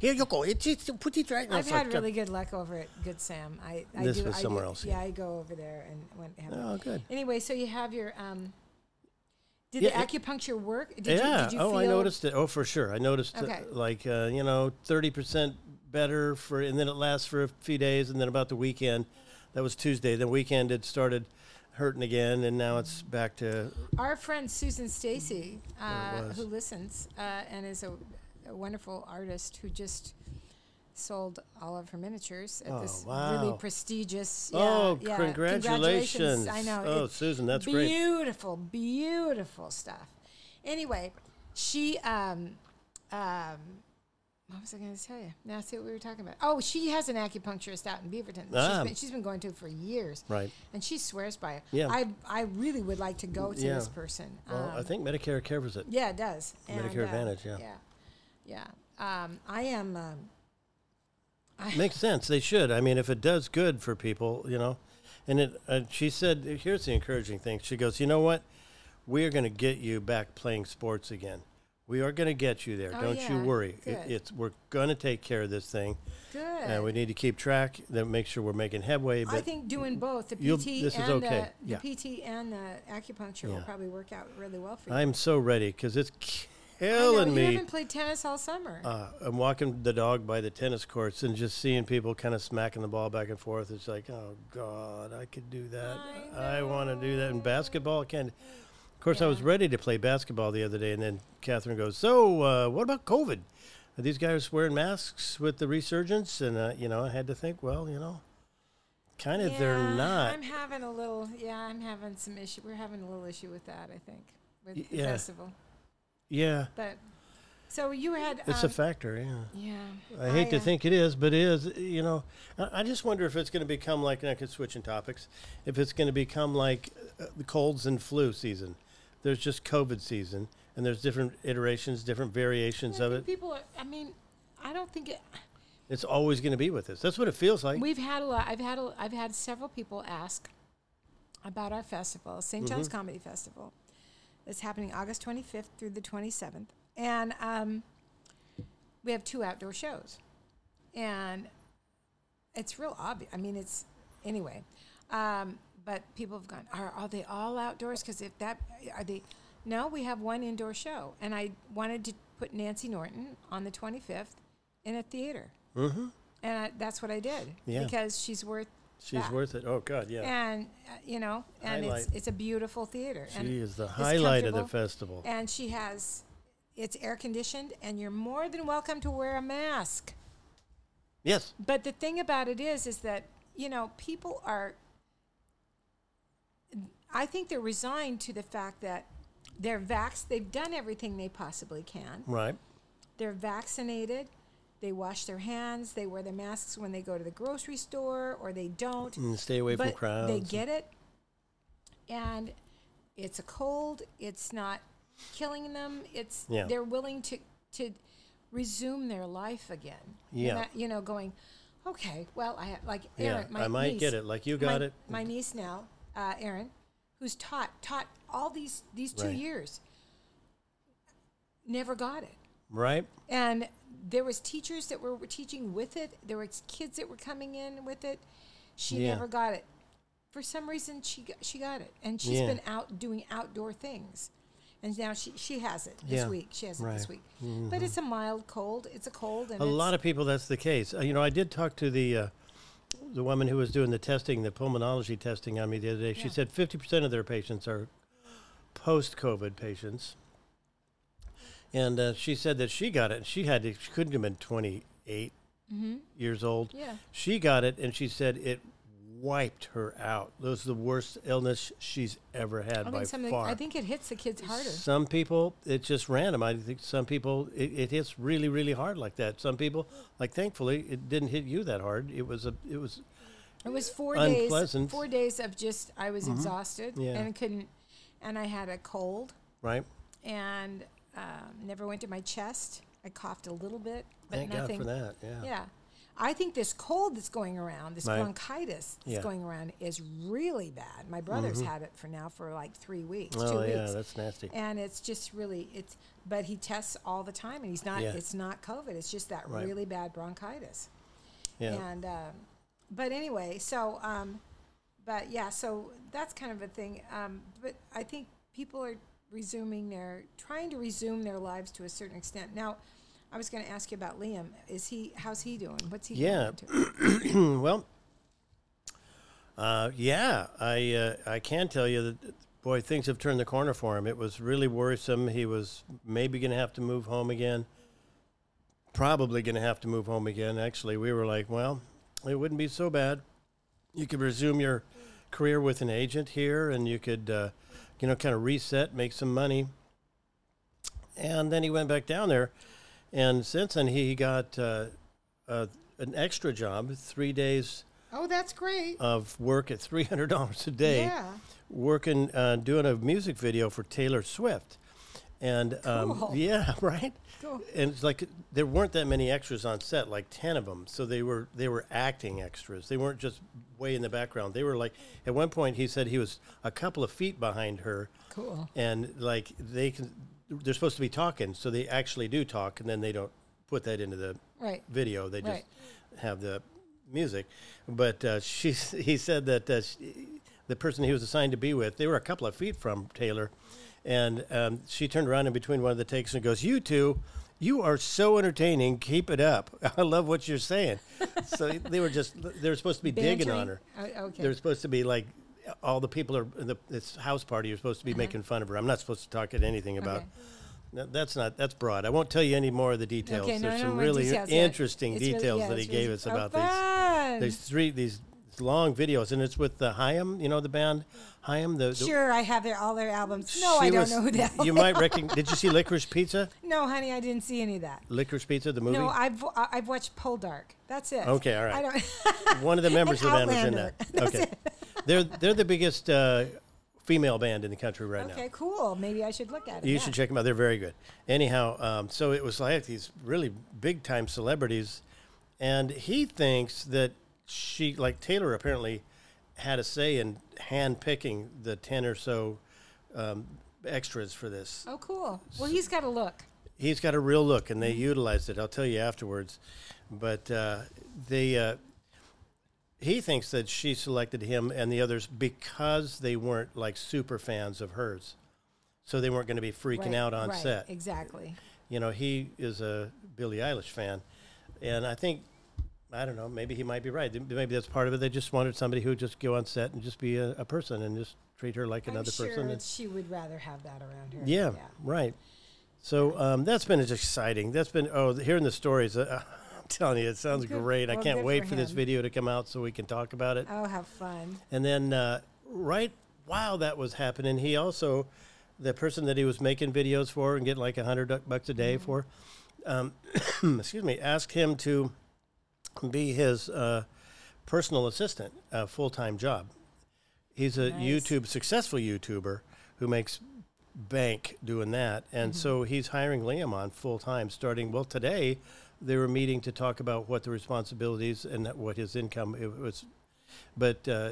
here you go. It's, it's put it right." And I I've was had like, really good luck over at Good Sam. I, I This do, was I somewhere do, else, Yeah, I go over there and went. Have Oh, good. Anyway, so you have your. Um, did Yeah, the it- acupuncture work? Did yeah. You, did you oh, feel, I noticed it. Oh, for sure. I noticed uh, Okay. like uh, you know thirty percent better for, and then it lasts for a few days, and then about the weekend, that was Tuesday. Then weekend it started. hurting again, and now it's back to Our friend Susan Stacy, uh, was. who listens uh, and is a, a wonderful artist who just sold all of her miniatures at Oh, this wow. really prestigious. yeah, oh, yeah, congratulations! I know. Oh, it's Susan, that's great. beautiful, beautiful stuff. Anyway, she. Um, um, what was I going to tell you? Now, I see what we were talking about. Oh, she has an acupuncturist out in Beaverton. that Ah. She's, been, she's been going to for years Right. and she swears by it. Yeah. I I really would like to go to Yeah. this person. Well, I Um, think Medicare covers it. yeah, it does. uh, Medicare Advantage, yeah. Yeah. Yeah. Um, I am. Um, Makes sense. They should. I mean, if it does good for people, you know. And it, uh, she said, here's the encouraging thing. She goes, you know what? We are going to get you back playing sports again. We are going to get you there. Oh, Don't you yeah. worry. It, Good. it's we're going to take care of this thing, good. and we need to keep track. That make sure we're making headway. But I think doing both the you'll- PT this is and okay. the, Yeah. the PT and the acupuncture will Yeah. probably work out really well for you. I'm so ready because it's I know, killing You me. haven't played tennis all summer. Uh, I'm walking the dog by the tennis courts and just seeing people kind of smacking the ball back and forth. It's like, oh God, I could do that. I, want to do that. And basketball, I can. Of course, I was ready to play basketball the other day, and then Catherine goes, "So, uh, what about COVID? Are these guys wearing masks with the resurgence?" And uh, you know, I had to think, well, you know, kind of they're Yeah, not. I'm having a little. Yeah, I'm having some issue. We're having a little issue with that. I think with the yeah. festival. yeah, But so you had. it's um, a factor. Yeah. yeah. I hate to uh, think it is, but it is. You know, I, I just wonder if it's going to become like. And I could switch in topics. If it's going to become like uh, the colds and flu season. There's just COVID season, and there's different iterations, different variations I of think it. People, are, I mean, I don't think it, It's always going to be with us. That's what it feels like. we've had a lot. I've had a, I've had several people ask about our festival, saint John's Mm-hmm. Comedy Festival. It's happening August 25th through the 27th, and um, we have two outdoor shows, and it's real obvious. I mean, it's anyway, um, but people have gone. Are are they all outdoors? Because if that are they. No, we have one indoor show, and I wanted to put Nancy Norton on the 25th in a theater. And I, that's what I did Mm-hmm. Yeah. because she's worth. She's that. worth it. Oh God, yeah. And uh, you know, and it's Highlight. it's a beautiful theater. and she is the it's highlight of the comfortable, festival. And she has, it's air conditioned, and you're more than welcome to wear a mask. yes. But the thing about it is, is that you know, people are. I think they're resigned to the fact that they're vaxxed. They've done everything they possibly can. Right. They're vaccinated. They wash their hands. They wear their masks when they go to the grocery store, or they don't. And stay away from But crowds. They get it, and it's a cold. It's not killing them. It's Yeah. they're willing to to resume their life again. And Yeah. that- you know, going, okay, well, I like Yeah, Aaron. my I might niece- get it, like you my- got it. My niece now, uh, Erin, who's taught taught all these these two Right. years, never got it right. and there was teachers that were, were teaching with it there were kids that were coming in with it she Yeah. never got it for some reason she got, she got it and she's Yeah. been out doing outdoor things and now she, she has it this Yeah. week she has it this Right. Mm-hmm. week but it's a mild cold it's a cold and A lot of people, that's the case. Uh, you know, I did talk to the uh, the woman who was doing the testing, the pulmonology testing on me the other day. She Yeah. said fifty percent of their patients are post COVID patients, and uh, she said that she got it. She had to, she couldn't have been twenty years old. Mm-hmm. Yeah. she got it, and she said it wiped her out. It was the worst illness she's ever had by I think, something, far. I think it hits the kids harder Some people, it's just random. I think some people, it, it hits really, really hard like that. Some people, like thankfully, it didn't hit you that hard. It was a, it was, It was four Unpleasant. Mm-hmm. days. Four days of just I was exhausted Yeah. and couldn't, and I had a cold right? and um, never went to my chest. I coughed a little bit, but Thank nothing. God for that. Yeah. Yeah, I think this cold that's going around, this Oh. Right. bronchitis that's Yeah. Mm-hmm. going around, is really bad. My brother's had it for now for like three weeks, two Oh, yeah, weeks, that's nasty. and it's just really it's. But he tests all the time, and he's not. Yeah. It's not COVID. It's just that Right. really bad bronchitis. Yeah. And um, but anyway, so um, but yeah, so that's kind of a thing. Um, but I think people are resuming their trying to resume their lives to a certain extent. Now, I was going to ask you about Liam. Is he how's he doing? What's he Yeah. doing? well, Uh, yeah, I uh, I can tell you that boy, things have turned the corner for him. It was really worrisome. He was maybe going to have to move home again. Probably going to have to move home again. Actually, we were like, well, it wouldn't be so bad. You could resume your career with an agent here, and you could, uh, you know, kind of reset, make some money. And then he went back down there, and since then he got uh, uh, an extra job, three days Oh, that's great. of work at three hundred dollars a day Yeah. working uh, doing a music video for Taylor Swift, and um, Cool. yeah, right. Cool. And it's like there weren't that many extras on set, like ten of them. So they were they were acting extras. They weren't just way in the background. They were like at one point he said he was a couple of feet behind her, Cool. and like they can they're supposed to be talking, so they actually do talk, and then they don't put that into the Right. video. They just Right. have the music. But uh, she, he said that uh, she, the person he was assigned to be with, they were a couple of feet from Taylor, and um, she turned around in between one of the takes and goes, "You two, you are so entertaining. Keep it up. I love what you're saying." so they were just they were supposed to be digging on her. Bantering? Oh, okay. They're supposed to be like. All the people are in the, this house party. You're supposed to be making fun of her. I'm not supposed to talk at anything about. Uh-huh. Okay. No, that's not. That's broad. I won't tell you any more of the details. Okay, no, There's no some more really details yet. interesting It's really- details yeah, that he it's gave really- us oh, about fun. these these three these long videos, and it's with the Haim. You know the band Haim. The, the Sure, I have their, all their albums. No, she I don't was- know who that. You might recognize. Did you see Licorice Pizza? No, honey, I didn't see any of that. Licorice Pizza, the movie. No, I've I- I've watched Poldark. That's it. Okay, all right. I don't. One of the members of the An band was in that. Outlander. Okay, they're they're the biggest uh, female band in the country right now. okay, cool. Maybe I should look at it. You yeah. should check them out. They're very good. Anyhow, um, so it was like these really big time celebrities, and he thinks that she, like Taylor, apparently had a say in hand picking the ten or so um, extras for this. Oh, cool. Well, he's got a look. He's got a real look, and they Mm-hmm. utilized it. I'll tell you afterwards, but uh, they. Uh, he thinks that she selected him and the others because they weren't like super fans of hers. So they weren't going to be freaking Right, out on right, set Exactly. you know, he is a Billie Eilish fan, and I think, I don't know, maybe he might be right. Maybe that's part of it. They just wanted somebody who would just go on set and just be a, a person and just treat her like another I'm sure person. that she would rather have that around her. yeah, right. So um, that's been exciting. That's been oh, hearing the stories. Uh, I'm telling you, it sounds Good. great. I Well, can't good wait for for, this him. video to come out so we can talk about it. Oh, have fun. And then uh, right while that was happening, he also, the person that he was making videos for and getting like a hundred bucks a day for, um, excuse me, asked him to be his uh, personal assistant, a full time job. He's a Nice. YouTube successful YouTuber who makes bank doing that, and so he's hiring Liam on full time starting. Well, today they were meeting to talk about what the responsibilities and what his income it was, but uh,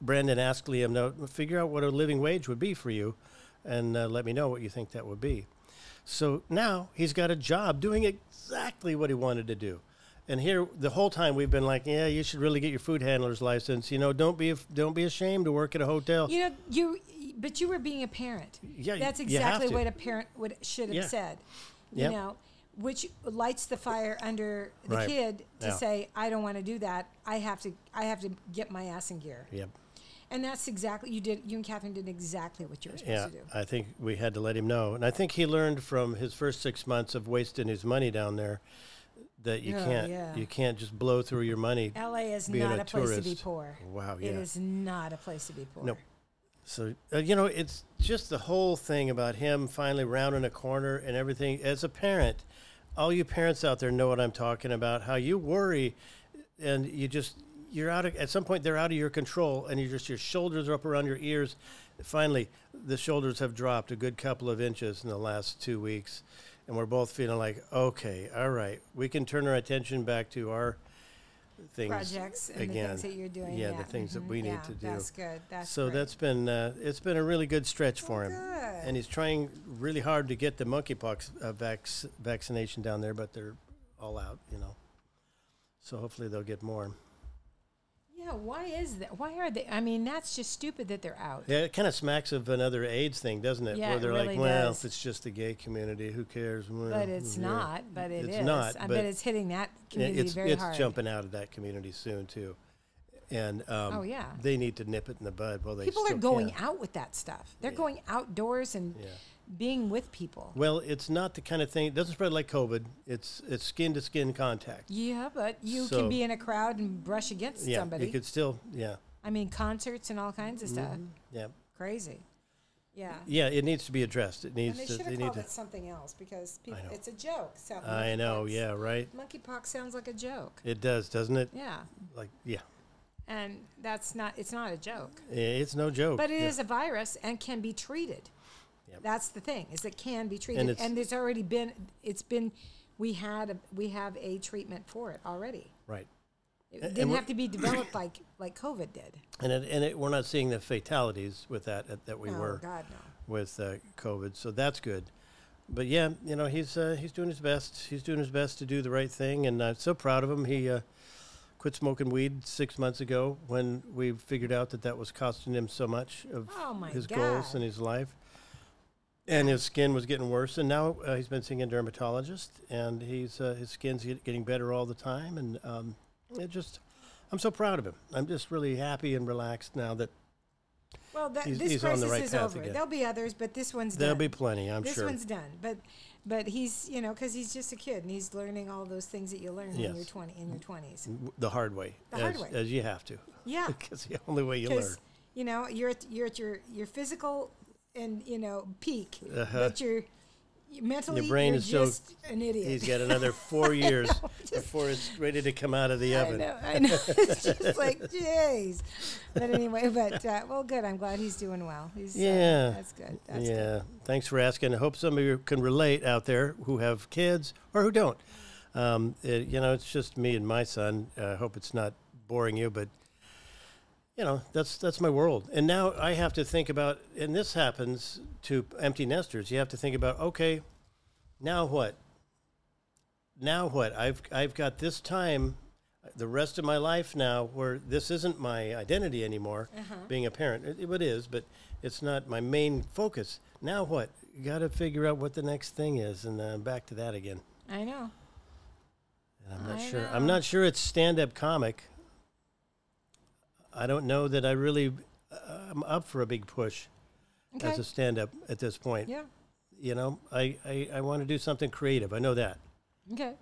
Brandon asked Liam, "No, figure out what a living wage would be for you, and uh, let me know what you think that would be." So now he's got a job doing exactly what he wanted to do. And here, the whole time we've been like, "Yeah, you should really get your food handler's license. You know, don't be af- don't be ashamed to work at a hotel." You know, you but you were being a parent. Yeah, that's you have exactly to. what a parent would should have Yeah. said. You Yep. know, which lights the fire under the Right. kid to Yeah. say, "I don't want to do that. I have to. I have to get my ass in gear." Yep. And that's exactly you did. You and Catherine did exactly what you were supposed Yeah, to do. I think we had to let him know, and I think he learned from his first six months of wasting his money down there that you Oh, can't yeah. you can't just blow through your money. L.A. is Being not a a, place to be tourist. poor. Wow, It yeah. is not a place to be poor. Nope. So uh, you know, it's just the whole thing about him finally rounding a corner and everything. As a parent, all you parents out there know what I'm talking about. How you worry, and you just you're out of at some point they're out of your control, and you just your shoulders are up around your ears. Finally, the shoulders have dropped a good couple of inches in the last two weeks, and we're both feeling like, okay, all right, we can turn our attention back to our things Projects and again. the things that you're doing. yeah, the things that we need Yeah, to do. That's good. That's So great. that's been uh, it's been a really good stretch for him, and he's trying really hard to get the monkeypox uh, vax vaccination down there, but they're all out, you know. So hopefully they'll get more. yeah. Why is that? Why are they? I mean, that's just stupid that they're out. Yeah, it kind of smacks of another AIDS thing, doesn't it? Yeah, Where it they're really like, well, does. if it's just the gay community, who cares? Well, But it's yeah. not. But it it's is. not, I but- bet it's hitting that Yeah, community it's very it's hard. jumping out of that community soon too. and um, Oh, yeah. they need to nip it in the bud. Well, they people are still going can. out with that stuff. They're going outdoors and being with people. Well, it's not the kind of thing. It doesn't spread like COVID. It's it's skin to skin contact. Yeah, but you So- can be in a crowd and brush against Yeah, somebody. it could still yeah I mean, concerts and all kinds of stuff. yeah Crazy. Yeah. yeah. It needs to be addressed. It And needs they to. should They have need called to. it something else because people, know. it's a joke. so I know. monkeypox. Yeah. Right. Monkeypox sounds like a joke. It does, doesn't it? Yeah. Like yeah. And that's not, it's not a joke. I- It's no joke. But it is Yeah. a virus and can be treated. Yep. That's the thing is it can be treated, and, it's- there's already been. It's been we had a, we have a treatment for it already. right. It and didn't we're- have to be developed like like COVID did. And it, and it, we're not seeing the fatalities with that uh, that we no, were Oh, God no. with uh, COVID. So that's good. But yeah, you know he's uh, he's doing his best. He's doing his best to do the right thing, and I'm so proud of him. He uh, quit smoking weed six months ago when we figured out that that was costing him so much of Oh, my his goals God. and his life, and his skin was getting worse. And now uh, he's been seeing a dermatologist, and he's uh, his skin's get- getting better all the time. And um, it just, I'm so proud of him. I'm just really happy and relaxed now that Well, that, He's- this he's on the crisis right is path over. again. There'll be others, but this one's there'll done. be plenty. I'm this sure. one's done. But but he's you know because he's just a kid and he's learning all those things that you learn when you're Yes. Mm-hmm. twenty in your twenties. W- the hard way, The as, hard way. as you have to. Yeah. Because the only way you learn. because you know you're at you're at your your physical and you know peak, but you're you- mentally Uh-huh. brain you're is still- just an idiot. He's got another four years before it's ready to come out of the I oven. know, I know. It's just like, jeez. But anyway, but uh, well, good. I'm glad he's doing well. He's, uh, Yeah. that's good. That's good. yeah. Thanks for asking. I hope some of you can relate out there who have kids or who don't. Um, it, you know, it's just me and my son. Uh, I hope it's not boring you, but you know, that's that's my world. And now I have to think about, and this happens to empty nesters. You have to think about, okay, now what? Now what? I've I've got this time, the rest of my life now, where this isn't my identity anymore. Uh-huh. Being a parent, it, it is, but it's not my main focus. Now what? You got to figure out what the next thing is, and uh, back to that again. I know. And I'm not I sure. I'm know. not sure it's stand-up comic. I don't know that I really. Uh, I'm up for a big push Okay. as a stand-up at this point. yeah. You know, I I, I want to do something creative. I know that. Okay.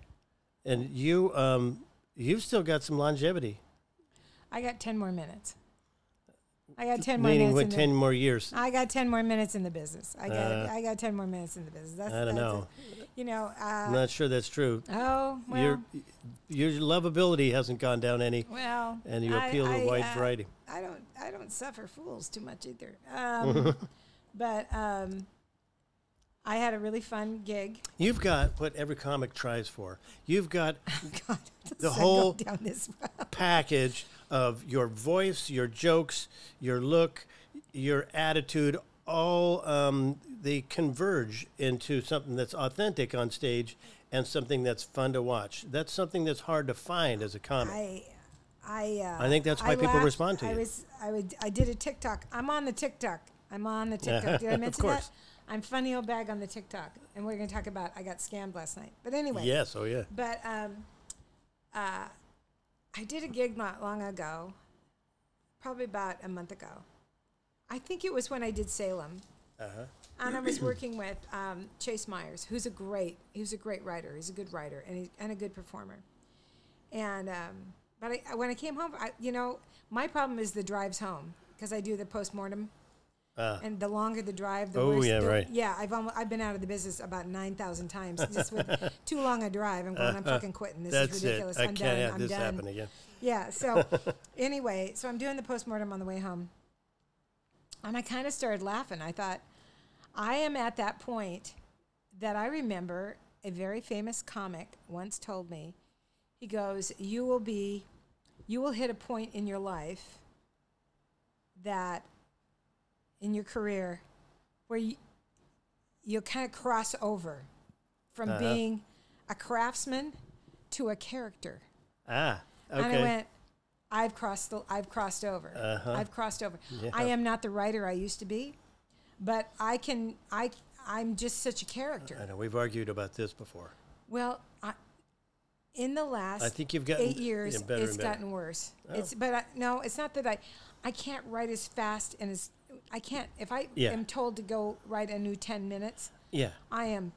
And you um you've still got some longevity. I got ten more minutes. I got ten more Meaning minutes. what in the- ten more years. I got ten more minutes in the business. I got Uh, I got ten more minutes in the business. That's, I don't that's know. it. You know. Uh, I'm not sure that's true. oh well. your your lovability hasn't gone down any Well, and you appeal to a wide variety. I uh, don't, I don't suffer fools too much either. Um, but um, I had a really fun gig. You've got what every comic tries for. You've got God, The the whole- whole down this road. package of your voice, your jokes, your look, your attitude, all um, they converge into something that's authentic on stage and something that's fun to watch. That's something that's hard to find as a comic. I, I, uh, I think that's why people laughed. respond to I you. was, I would, I did a TikTok. I'm on the TikTok. I'm on the TikTok. Did I Of mention course. that? I'm funny old bag on the TikTok, and we're going to talk about I got scammed last night. But anyway, yes, oh yeah. But um, uh, I did a gig not long ago, probably about a month ago. I think it was when I did Salem, Uh-huh. and I was working with um, Chase Myers, who's a great, he was a great writer. He's a good writer and he, and a good performer. And um, but I, I- when I came home, I, you know, my problem is the drives home because I do the postmortem. Ah. and the longer the drive, the Oh, worse. yeah, the- right. Yeah, I've almost, I've been out of the business about nine thousand times. Just with too long a drive, I'm going. I'm fucking quitting. This Uh-huh. That's is it. ridiculous. I I'm can't done. have I'm this done. happen again. Yeah. So anyway, so I'm doing the postmortem on the way home, and I kind of started laughing. I thought, I am at that point that I remember a very famous comic once told me. He goes, "You will be, you will hit a point in your life that, in your career, where you, you kind of cross over from Uh-huh. being a craftsman to a character." Ah, okay. And I went, I've crossed the, I've crossed over. Uh-huh. I've crossed over. Yeah. I am not the writer I used to be, but I can I Uh, I'm just such a character. I know we've argued about this before. Well, I in the last I think you've gotten eight years, yeah, better Oh. it's and better. gotten worse. It's but I, no, it's not that I, I can't write as fast and as I can't. If I Yeah. am told to go write a new ten minutes, Yeah. I am,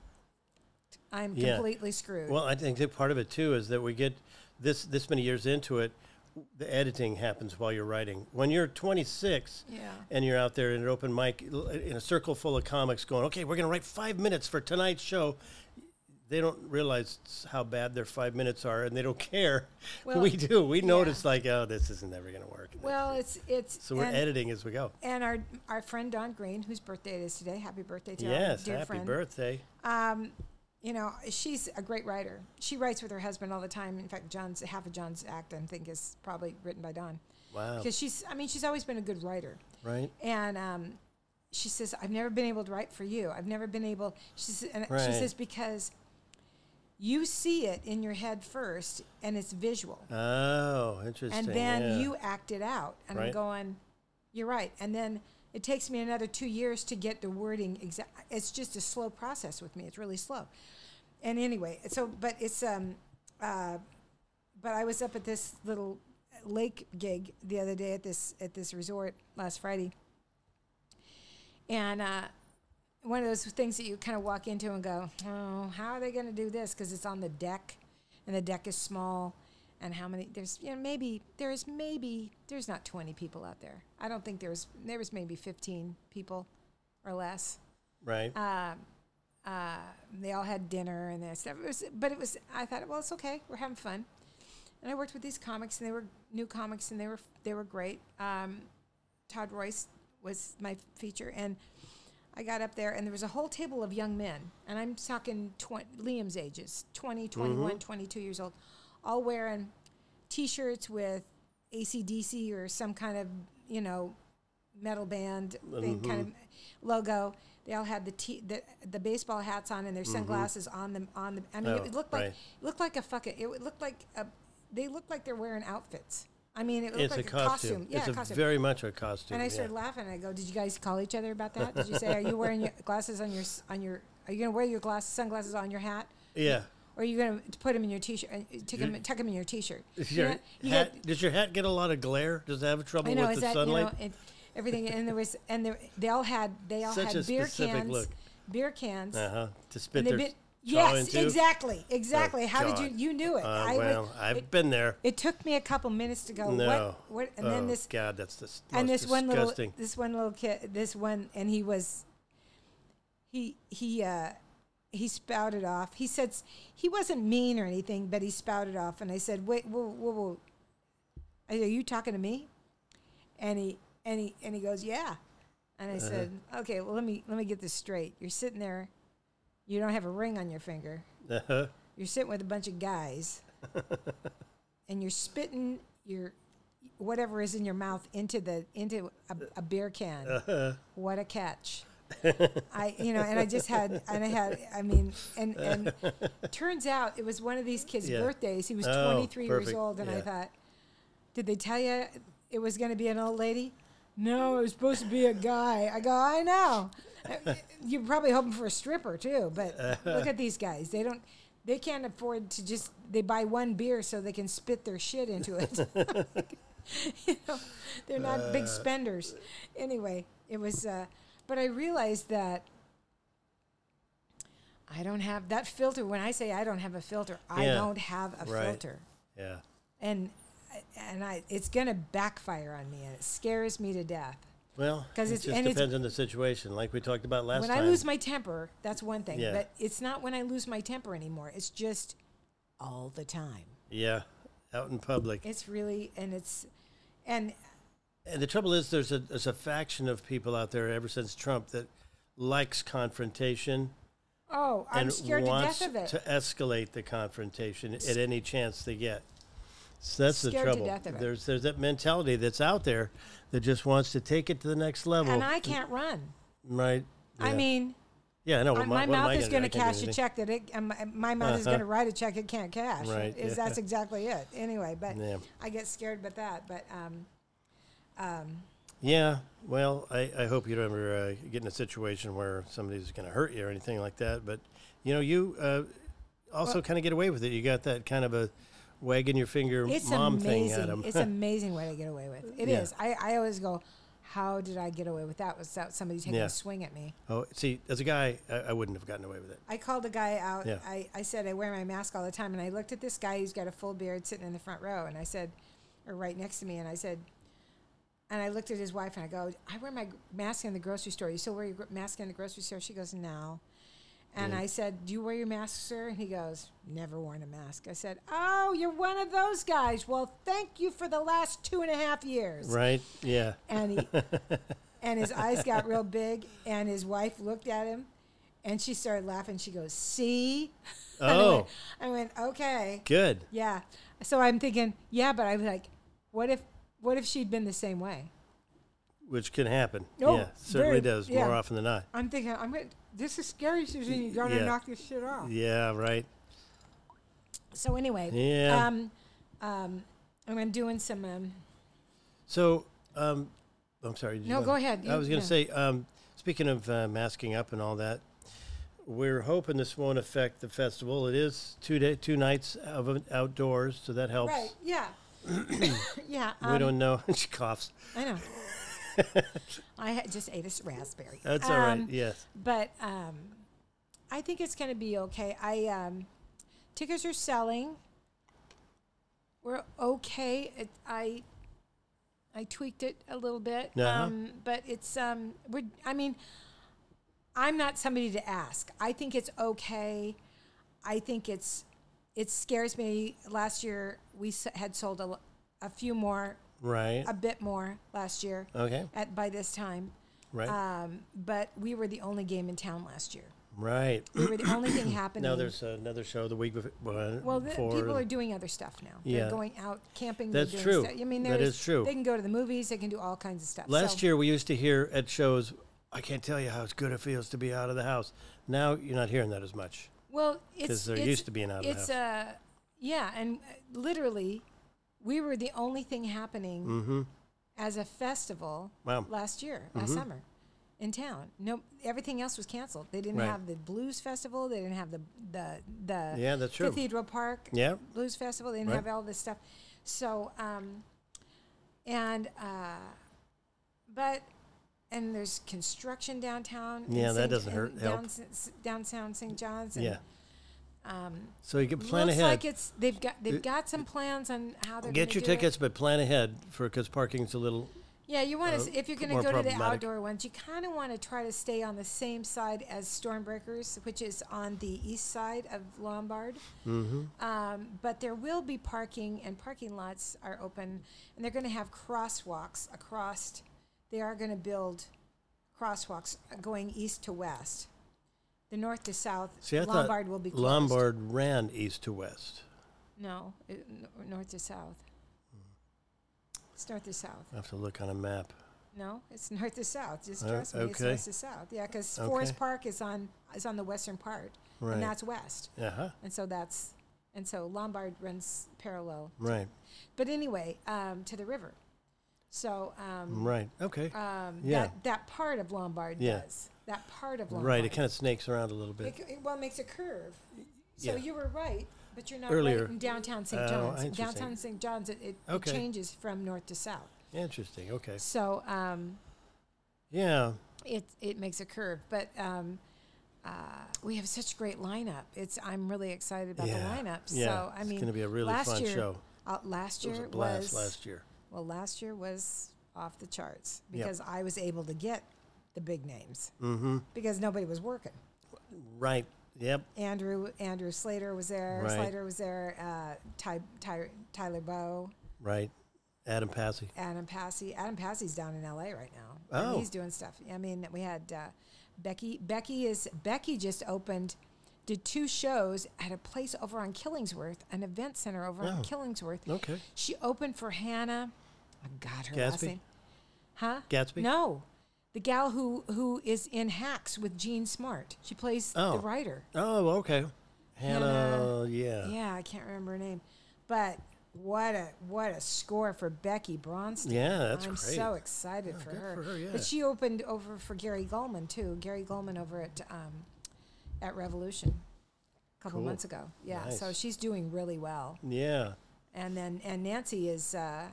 I am Yeah. completely screwed. Well, I think that part of it too is that we get this this many years into it, the editing happens while you're writing. When you're 26 Yeah. and you're out there in an open mic l- in a circle full of comics going, "Okay, we're going to write 5 minutes for tonight's show." They don't realize s- how bad their 5 minutes are and they don't care. Well, we do. We yeah. notice like, "Oh, this is never going to work." well, it's it's so we're and, editing as we go. and our our friend Don Green, whose birthday it is today. Happy birthday to our yes, dear happy friend. birthday. you know, she's a great writer. She writes with her husband all the time. In fact, John's half of John's act, I think, is probably written by Don. Wow. Because she's, I mean, she's always been a good writer. Right? And um, she says, I've never been able to write for you. I've never been able, she, says, and Right. she says, because you see it in your head first and it's visual. Oh, interesting. And then yeah. you act it out. And I'm Right. going, you're right. And then it takes me another two years to get the wording exact. It's just a slow process with me. It's really slow. And anyway, so but it's um, uh, but I was up at this little lake gig the other day at this at this resort last Friday, and uh, one of those things that you kind of walk into and go, oh, how are they going to do this? Because it's on the deck, and the deck is small, and how many? There's you know maybe there's maybe there's not 20 people out there. I don't think there's there was maybe 15 people or less. right? Uh, They all had dinner and that stuff. It was, but it was I thought well it's okay we're having fun, and I worked with these comics and they were new comics and they were they were great. Um, Todd Royce was my feature, and I got up there, and there was a whole table of young men, and I'm talking twen- Liam's ages 20, Mm-hmm. 21, 22 years old, all wearing t shirts with ACDC or some kind of, you know, metal band thing, Mm-hmm. kind of logo. They all had the, t- the the baseball hats on and their sunglasses on them. On the, I mean, Mm-hmm. Oh, it looked like right. it looked like a fucking. It looked like a. They looked like they're wearing outfits. I mean, it looked it's like a costume. Yeah, it's a a costume. very much a costume. And I yeah. started laughing. I go, "Did you guys call each other about that? Did you say, are you wearing your glasses on your s- on your? Are you gonna wear your glasses sunglasses on your hat, Yeah. or are you gonna put them in your t-shirt and tuck them, tuck 'em in your t-shirt? Is You your know, you hat, got- does your hat get a lot of glare? Does it have trouble I know. with Is the that sunlight? you know it, everything? And there was and there, they all had they all Such had a beer specific cans, look. beer cans. uh huh. To spit and they their bit, jaw yes, into? exactly, exactly. How did Oh, God. you you knew it? Uh, I was- well, I've it, been there. it took me a couple minutes to go. no. What? What? And then Oh, this God, that's the s- and most this one little disgusting. this one little kid this one and he was he he uh he spouted off he said s- he wasn't mean or anything but he spouted off and i said wait whoa whoa whoa I said, are you talking to me and he and he and he goes yeah and i said okay well let me let me get this straight you're sitting there you don't have a ring on your finger Uh-huh. you're sitting with a bunch of guys and you're spitting your whatever is in your mouth into the into a, a beer can Uh-huh. what a catch i you know and i just had and i had i mean and and turns out it was one of these kids Yeah. birthdays he was Oh, 23 years perfect. old and i Yeah. thought did they tell you it was going to be an old lady no it was supposed to be a guy i go i know you're probably hoping for a stripper too but look at these guys they don't they can't afford to just they buy one beer so they can spit their shit into it you know, they're not Uh. big spenders anyway it was uh, but i realized that i don't have that filter when i say i don't have a filter i Yeah. don't have a Right. filter Yeah. and and I it's gonna backfire on me, and it scares me to death. Well, it 'Cause just it's- and it's- depends on the situation, like we talked about last when time. I lose my temper, that's one thing, Yeah. but it's not when I lose my temper anymore. It's just all the time. yeah, out in public. It's really and it's and And the trouble is, there's a there's a faction of people out there ever since Trump that likes confrontation oh, I'm and scared to wants death of it. to escalate the confrontation at any chance they get. So that's the Scared to trouble. death of it. There's there's that mentality that's out there that just wants to take it to the next level. and I can't run. right? I oh, Yeah. mean, yeah, I know. I- what am I- my what am mouth I is gonna do? going I can't to do cash a anything. Uh-huh. check that it, and my, my mouth is going to write a check it can't cash. Right, Is yeah. that's exactly it? Anyway, but Yeah. I get scared about that. But um, Yeah. Well, I, I hope you don't ever uh, get in a situation where somebody's going to hurt you or anything like that. But you know, you uh, also kind of get away with it. You got that kind of a wagging your finger It's mom amazing. thing at them. It's amazing what I get away with. It is. Yeah. I, I always go, how did I get away with that without somebody taking Yeah. a swing at me? oh, see, as a guy, I, I wouldn't have gotten away with it. I called a guy out. Yeah. I, I said, I wear my mask all the time. And I looked at this guy who's got a full beard sitting in the front row. And I said, or right next to me. And I said, and I looked at his wife and I go, I wear my gr- mask in the grocery store. You still wear your gr- mask in the grocery store? She goes, no. And I said, Do you wear your mask, sir? And he goes, Never worn a mask. I said, Oh, you're one of those guys. Well, thank you for the last two and a half years Right? Yeah. and he and his eyes got real big and his wife looked at him and she started laughing she goes see And I went- Oh. I went, okay Good. yeah so i'm thinking yeah but i'm like what if what if she'd been the same way Which can happen. Oh, yeah. Certainly very- does yeah. more often than not. i'm thinking i'm gonna this is scary susan you're gonna Yeah. knock this shit off Yeah, right. so anyway Yeah. Ah. um um and i'm doing some um So, um, I'm sorry. did you No, wanna- go ahead. I You- was going to say, yeah. um, speaking of uh, masking up and all that, we're hoping this won't affect the festival. It is two day, two nights of an- outdoors, so that helps. right yeah yeah We um, don't know. she coughs. i know i had just ate a s- raspberry That's all right. Um, Yes. but um, I think it's going to be okay. I um, tickets are selling. We're okay. It, I I tweaked it a little bit, Uh-huh. um, but it's um, we're. I mean, I'm not somebody to ask. I think it's okay. I think it's it scares me. Last year we s- had sold a, l- a few more, Right. a bit more last year. Okay. At by this time, Right. um, but we were the only game in town last year. right. We were the only thing happening. Now there's another show the week bef- before. mm. well, the, people and- are doing other stuff now. Yeah. They're going out camping. they're That's doing true. Stuff. I mean, That there's- is true. They can go to the movies. They can do all kinds of stuff. Last So- year, we used to hear at shows, I can't tell you how it's good it feels to be out of the house. Now you're not hearing that as much. well, it's 'cause they're it's- used to being out of the It's uh, yeah, and uh, literally, we were the only thing happening as a festival Mm-hmm. Wow. Mm-hmm. last year, last summer, in town. No, everything else was canceled. They didn't Right. have the blues festival. They didn't have the the the Yeah, that's true. Cathedral Park Yeah. blues festival. They didn't Right. have all this stuff. So, um, and uh, but and there's construction downtown. in Yeah, that Saint- doesn't in hurt- help. Down, S- downtown St. John's. And Yeah. Um, So you can plan looks ahead. like it's they've got they've got some plans on how they're Get gonna your do it. tickets, but plan ahead for because parking's a little. Yeah, you want to if you're going Uh, more to go to the problematic. outdoor ones, you kind of want to try to stay on the same side as Stormbreakers, which is on the east side of Lombard. Mm-hmm. Um, but there will be parking, and parking lots are open, and they're going to have crosswalks across. They are going to build crosswalks going east to west. The north to south, See, I Lombard thought will be closed. Lombard ran east to west. No, it, n- north to south. It's north to south. I have to look on a map. No, it's north to south. Just Oh, trust me, it's okay. north to south. Yeah, because Forest Okay. Park is on is on the western part, Right. and that's west, Uh huh. and so that's and so Lombard runs parallel. Right. But anyway, um, to the river. So um, Right. Okay. um, Mm, Yeah. that that part of Lombard Yeah. does that part of Lombard. right. It kind of snakes around a little bit. It, c- it, well, it makes a curve. So Yeah. you were right, but you're not Earlier. right in downtown St. Oh, John's. interesting. downtown St. John's, it, it, Okay. it changes from north to south. Interesting. Okay. So um, Yeah. it it makes a curve, but um, uh, we have such great lineup. It's I'm really excited about Yeah, the lineup. yeah. So I It's mean, gonna be a really last fun year, show. Uh, last It year was a blast was- last year. well, last year was off the charts Yep. because I was able to get the big names mm-hmm. because nobody was working. Right. Yep. Andrew Andrew Slater was there. Right. Slater was there. Uh, Ty, Ty, Tyler Bow, Right. Adam Passy. Adam Passy. Adam Passy's down in L.A. right now. Oh. and he's doing stuff. I mean, we had uh, Becky. Becky is Becky just opened, did two shows at a place over on Killingsworth, an event center over Oh. on Killingsworth. Okay. She opened for Hannah. I got her last Gatsby? name. Huh? Gatsby? No, the gal who who is in Hacks with Gene Smart. She plays Oh. the writer. Oh, okay. Hannah. Hannah, Yeah. Yeah, I can't remember her name, but what a what a score for Becky Bronstein. Yeah, that's I'm great. so excited for, good her. for her, yeah. But she opened over for Gary Goldman too. Gary Goldman over at um, at Revolution. couple Cool. months ago. Yeah, so Nice. she's doing really well. Yeah. And then and Nancy is uh,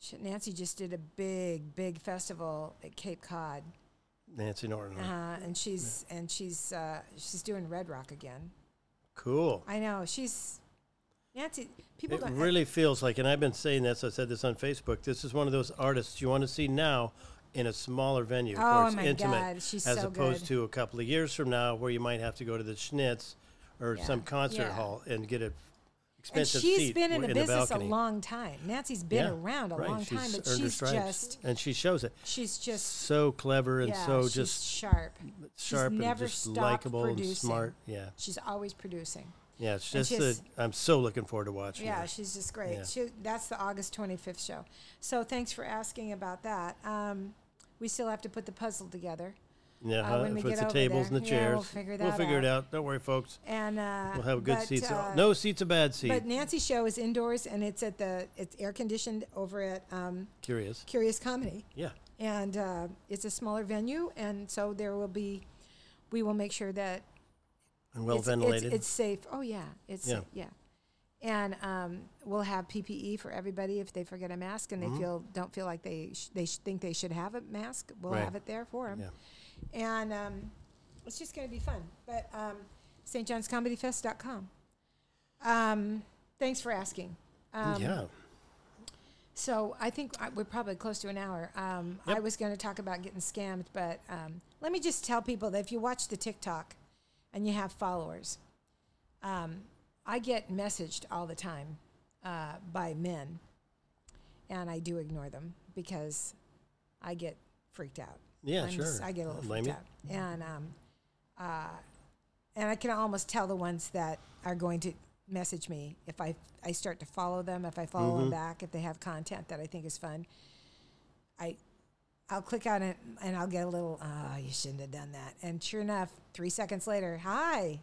sh Nancy just did a big big festival at Cape Cod, Nancy Norton. uh, and she's and she's uh, she's doing Red Rock again. Cool. I know she's Nancy. People It don't I- really feels like, and I've been saying this, I said this on Facebook, this is one of those artists you want to see now in a smaller venue Oh where it's my intimate God, she's as so opposed good. to a couple of years from now where you might have to go to the Schnitz or Yeah. some concert Yeah. hall and get a and expensive she's seat been in w- the the business a balcony. long time. Nancy's been Yeah, around a right, long she's time, but earned her she's stripes, just and she shows it. she's just So clever and yeah, so she's just sharp. sharp she's and never just stopped likable producing. and smart. Yeah, She's always producing. yeah. It's And just she has- that I'm so looking forward to watching. Yeah, her. she's just great. Yeah. She, that's the August 25th show. So thanks for asking about that. Um, we still have to put the puzzle together. yeah. uh, huh, when we with get Uh-huh, the over tables there, and the yeah, chairs, we'll figure that it out. Don't worry, folks. And uh, We'll have good but, seats. uh, no seat's a bad seat. But Nancy's show is indoors and it's at the it's air conditioned over at um, Curious. Curious Comedy, Yeah. and uh, it's a smaller venue, and so there will be. We will make sure that And well it's, it's- ventilated. It's, safe. Oh yeah, it's Yeah. yeah. And um, we'll have PPE for everybody if they forget a mask and Mm-hmm. they feel don't feel like they sh- they sh- think they should have a mask. We'll Right. have it there for them. And um, it's just going to be fun. But um, stjohnscomedyfest.com. Um, thanks for asking. Um, yeah. So I think I- we're probably close to an hour. Um, I Yep. was going to talk about getting scammed, but um, let me just tell people that if you watch the TikTok and you have followers, um, I get messaged all the time uh, by men, and I do ignore them because I get freaked out. Yeah, I'm sure. just- I get a Don't little blame freaked out, and um, uh, and I can almost tell the ones that are going to message me if I I start to follow them, if I follow Mm-hmm. them back, if they have content that I think is fun. I I'll click on it and I'll get a little, oh, you shouldn't have done that. And sure enough, three seconds later, hi,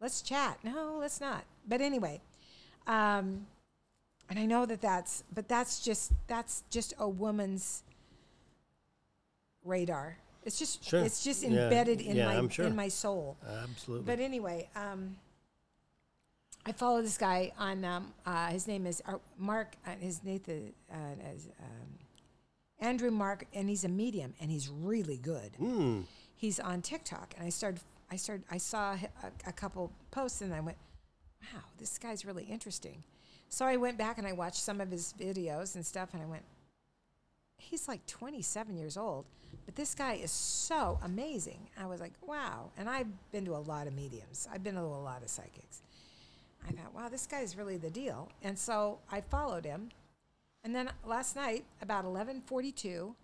let's chat. No, let's not. But anyway, um, and I know that that's, but that's just that's just a woman's radar. It's just Sure. it's just Yeah, embedded in yeah, my I'm sure. in my soul. Absolutely. But anyway, um, I follow this guy on. Um, uh, his name is Ar- Mark. Uh, his Nathan uh, is, um, Andrew Mark, and he's a medium, and he's really good. He's on TikTok, and I started. I started. I saw hi- a, a couple posts, and I went, "Wow, this guy's really interesting." So I went back and I watched some of his videos and stuff, and I went, he's like 27 years old, but this guy is so amazing. I was like, wow. And I've been to a lot of mediums, I've been to a lot of psychics. I thought, wow, this guy's really the deal. And so I followed him. And then last night, about 11:42,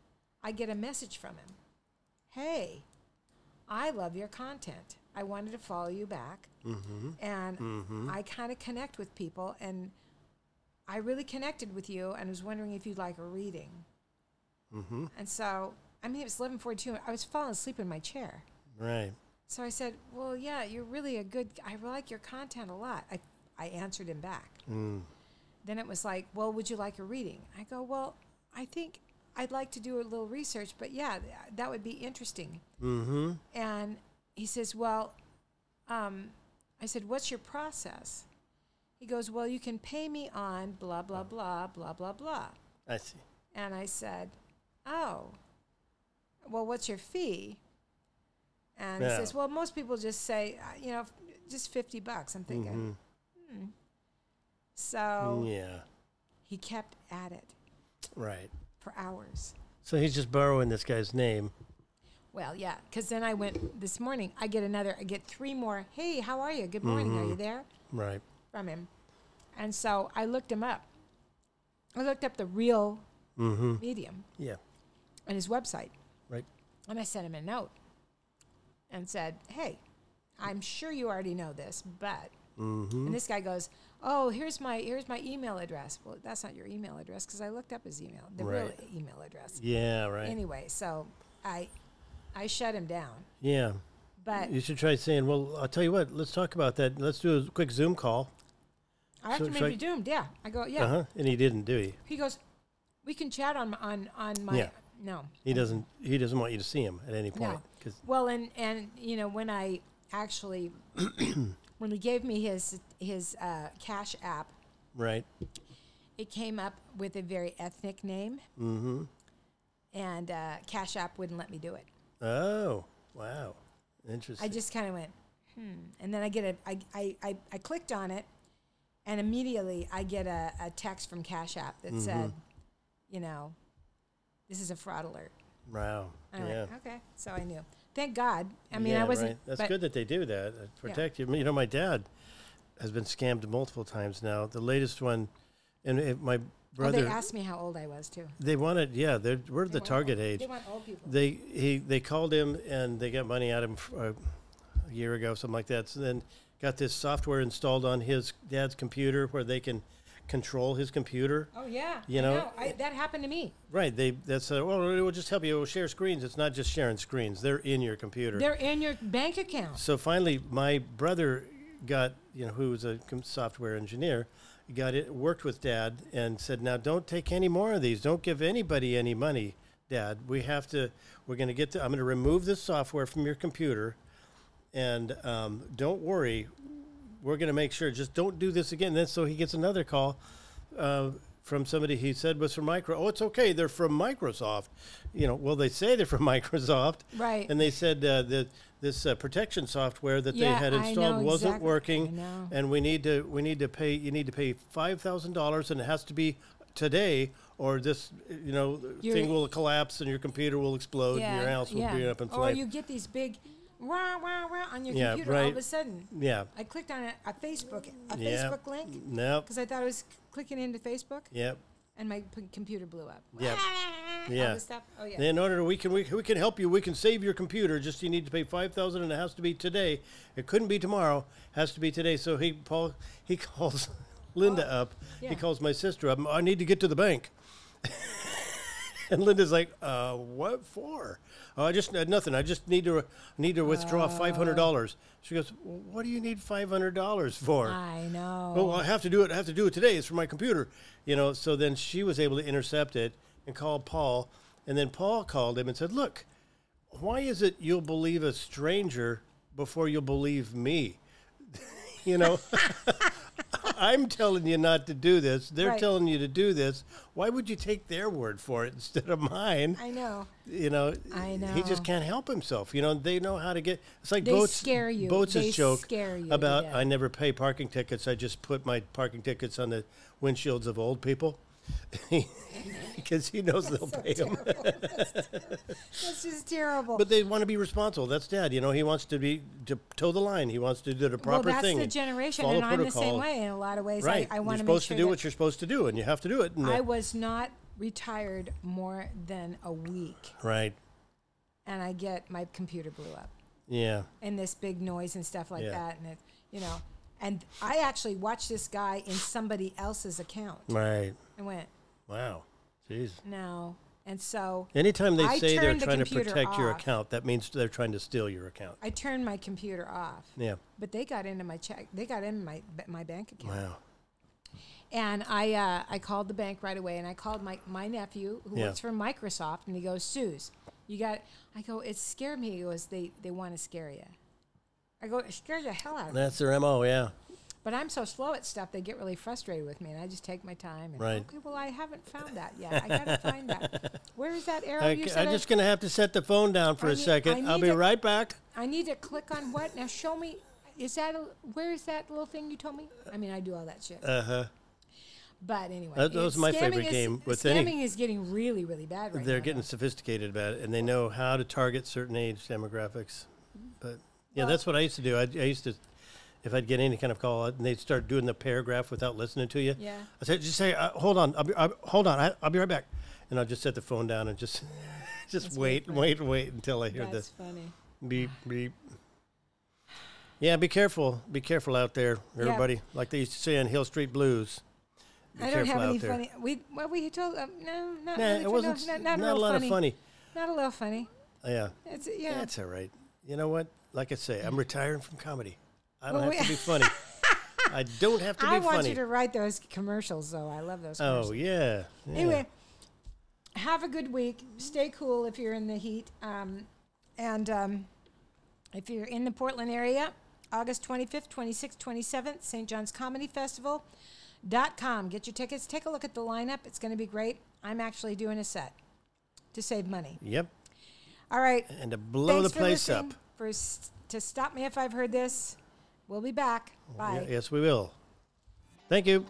I get a message from him. Hey, I love your content. I wanted to follow you back, and I kind of connect with people, and I really connected with you, and was wondering if you'd like a reading. And so, I mean, it was 11:42. and I was falling asleep in my chair. right. So I said, "Well, yeah, you're really a good. I like your content a lot." I, I answered him back. Then it was like, "Well, would you like a reading?" I go, "Well, I think I'd like to do a little research, but yeah, th- that would be interesting." Mm-hmm. And he says, Well, um, I said, What's your process? He goes, Well, you can pay me on blah, blah, blah, blah, blah, blah. I see. And I said, Oh, well, what's your fee? And he Yeah. says, Well, most people just say, uh, you know, f- just 50 bucks. I'm thinking, hmm So Mm, Yeah. he kept at it Right. for hours. So he's just borrowing this guy's name. Well, yeah, because then I went this morning. I get another, I get three more. Hey, how are you? Good morning. Are you there? Right. from him. And so I looked him up. I looked up the real medium Yeah. and his website. Right. And I sent him a note and said, Hey, I'm sure you already know this, but. Mm-hmm. And this guy goes, Oh, here's my here's my email address. Well, that's not your email address because I looked up his email, the real Right. email address. Yeah. Right. Anyway, so I I shut him down. yeah. But You should try saying, "Well, I'll tell you what. Let's talk about that. Let's do a quick Zoom call." I so after should I- maybe doomed, yeah. I go, yeah. Uh huh. And he didn't, do he? He goes, We can chat on on on my Yeah. no. He doesn't. He doesn't want you to see him at any point. No. 'cause- Well, and and you know when I actually when he gave me his his uh, Cash app, Right. it came up with a very ethnic name, Mm-hmm. and uh, Cash app wouldn't let me do it. Oh, wow. I Interesting. just kind of went, hmm. And then I get a, I, I, I, I clicked on it, and immediately I get a, a text from Cash App Mm-hmm. that said, you know, this is a fraud alert. wow. And I Yeah. went, okay. So I knew. Thank God. I mean, Yeah, I wasn't. right. That's but- good that they do that. uh, Protect you. You know, my dad has been scammed multiple times now. The latest one, and it, my Oh, they brother. asked me how old I was, too. they wanted, yeah, they're, we're They the want target old- age. They want old people. They he they called him and they got money out of him f- uh, a year ago, something like that. So then got this software installed on his dad's computer where they can control his computer. Oh, yeah. You I know, I, that happened to me. Right. They that's uh, well, we'll just help you. We'll share screens. It's not just sharing screens. They're in your computer. They're in your bank account. so finally, my brother got you know who was a com- software engineer got it worked with dad and said now don't take any more of these don't give anybody any money dad we have to we're going to get to i'm going to remove this software from your computer and um, don't worry we're going to make sure just don't do this again then so he gets another call uh, from somebody he said was from micro oh it's okay they're from microsoft you know well they say they're from microsoft Right. and they said uh, that this uh, protection software that Yeah, they had I installed know wasn't exactly. I working know. and we need to we need to pay you need to pay five thousand dollars and it has to be today or this you know Your- thing will collapse and your computer will explode and your house will be up in Or flames you get these big rah, rah, rah on your Yeah, computer all of right. a sudden. yeah I clicked on a, a Facebook a Yeah. Facebook link no because I thought I was c- clicking into Facebook yep and my p- computer blew up. Yep. All Yeah. this stuff. Oh yeah. In order to, we can we, we can help you. We can save your computer. Just you need to pay five thousand, and it has to be today. It couldn't be tomorrow. Has to be today. So he Paul he calls Linda up. Oh, yeah. He calls my sister up. I need to get to the bank. and Linda's like, uh, "What for? Oh, I just uh, nothing. I just need to need to Uh. withdraw five hundred dollars." She goes, well, "What do you need five hundred dollars for?" I know. Oh, I have to do it. I have to do it today. It's for my computer. You know, so then she was able to intercept it and call Paul. And then Paul called him and said, Look, why is it you'll believe a stranger before you'll believe me? you know, I'm telling you not to do this. They're Right. telling you to do this. Why would you take their word for it instead of mine? I know. you know, I he know. just can't help himself. You know, they know how to get. It's like They boats scare you. Boats' They joke scare you to about death. I never pay parking tickets. I just put my parking tickets on the windshields of old people because he knows they'll pay them. That's just terrible. But they want to be responsible. That's dad. You know, he wants to be to toe the line. He wants to do the well, proper that's thing. the and generation, follow and I'm the protocol. same way in a lot of ways. Right. I, I you're want to make supposed sure to do that what you're supposed to do, and you have to do it. And I that- was not retired more than a week, right. and I get my computer blew up. Yeah. and this big noise and stuff like Yeah. that and it you know and i actually watched this guy in somebody else's account Right. and went Wow. Jeez. no and so Anytime they I say they're turned the trying to computer protect your off. account, that means they're trying to steal your account. i turned my computer off Yeah. but they got into my check they got in my my bank account Wow. and i uh, i called the bank right away and i called my my nephew who Yeah. works for microsoft and he goes suze you got i go it scared me he goes they they want to scare you i go it scared the hell out of me That's their MO, yeah. But I'm so slow at stuff, they get really frustrated with me, and I just take my time. And, Right. Okay, well, I haven't found that yet. I gotta find that. Where is that arrow I, you said? am I, just going to have to set the phone down for I a need- second. I I'll need be to- right back. I need to click on what? Now show me. Is that a, where is that little thing you told me? I mean, I do all that shit. Uh huh. But anyway, Uh-huh. That- that was it's- my scamming favorite is- game with scamming any- is getting really, really bad right They're now. getting sophisticated about it, and they know how to target certain age demographics. But yeah, that's what I used to do. I, I used to, if I'd get any kind of call, and they'd start doing the paragraph without listening to you. Yeah. I said, just say, uh, hold on, I'll be, I'll, hold on, I, I'll be right back, and I'll just set the phone down and just, just wait and wait and wait until I hear That's this. funny. Beep beep. Yeah, be careful. Be careful out there, everybody. Like they used to say in Hill Street Blues. Be I don't careful have any out there. funny. We well, we told um, no, not Nah, really it funny, wasn't s- no, not, not, a real lot funny. of funny. Not a little funny. Yeah, It's yeah. that's all right. You know what? Like I say, I'm retiring from comedy. I don't Well, have to we- be funny. I don't have to I be want funny. you to write those commercials, though. I love those. commercials. oh yeah. yeah. Anyway, have a good week. Stay cool if you're in the heat. Um, and um, if you're in the Portland area, August 25th, 26th, 27th, St. John's Comedy Festival. Dot com. Get your tickets. Take a look at the lineup. It's going to be great. I'm actually doing a set to save money. Yep. All right. And to blow Thanks the for place listening, up. For s- to stop me if I've heard this. We'll be back. Bye. Yeah, yes, we will. Thank you.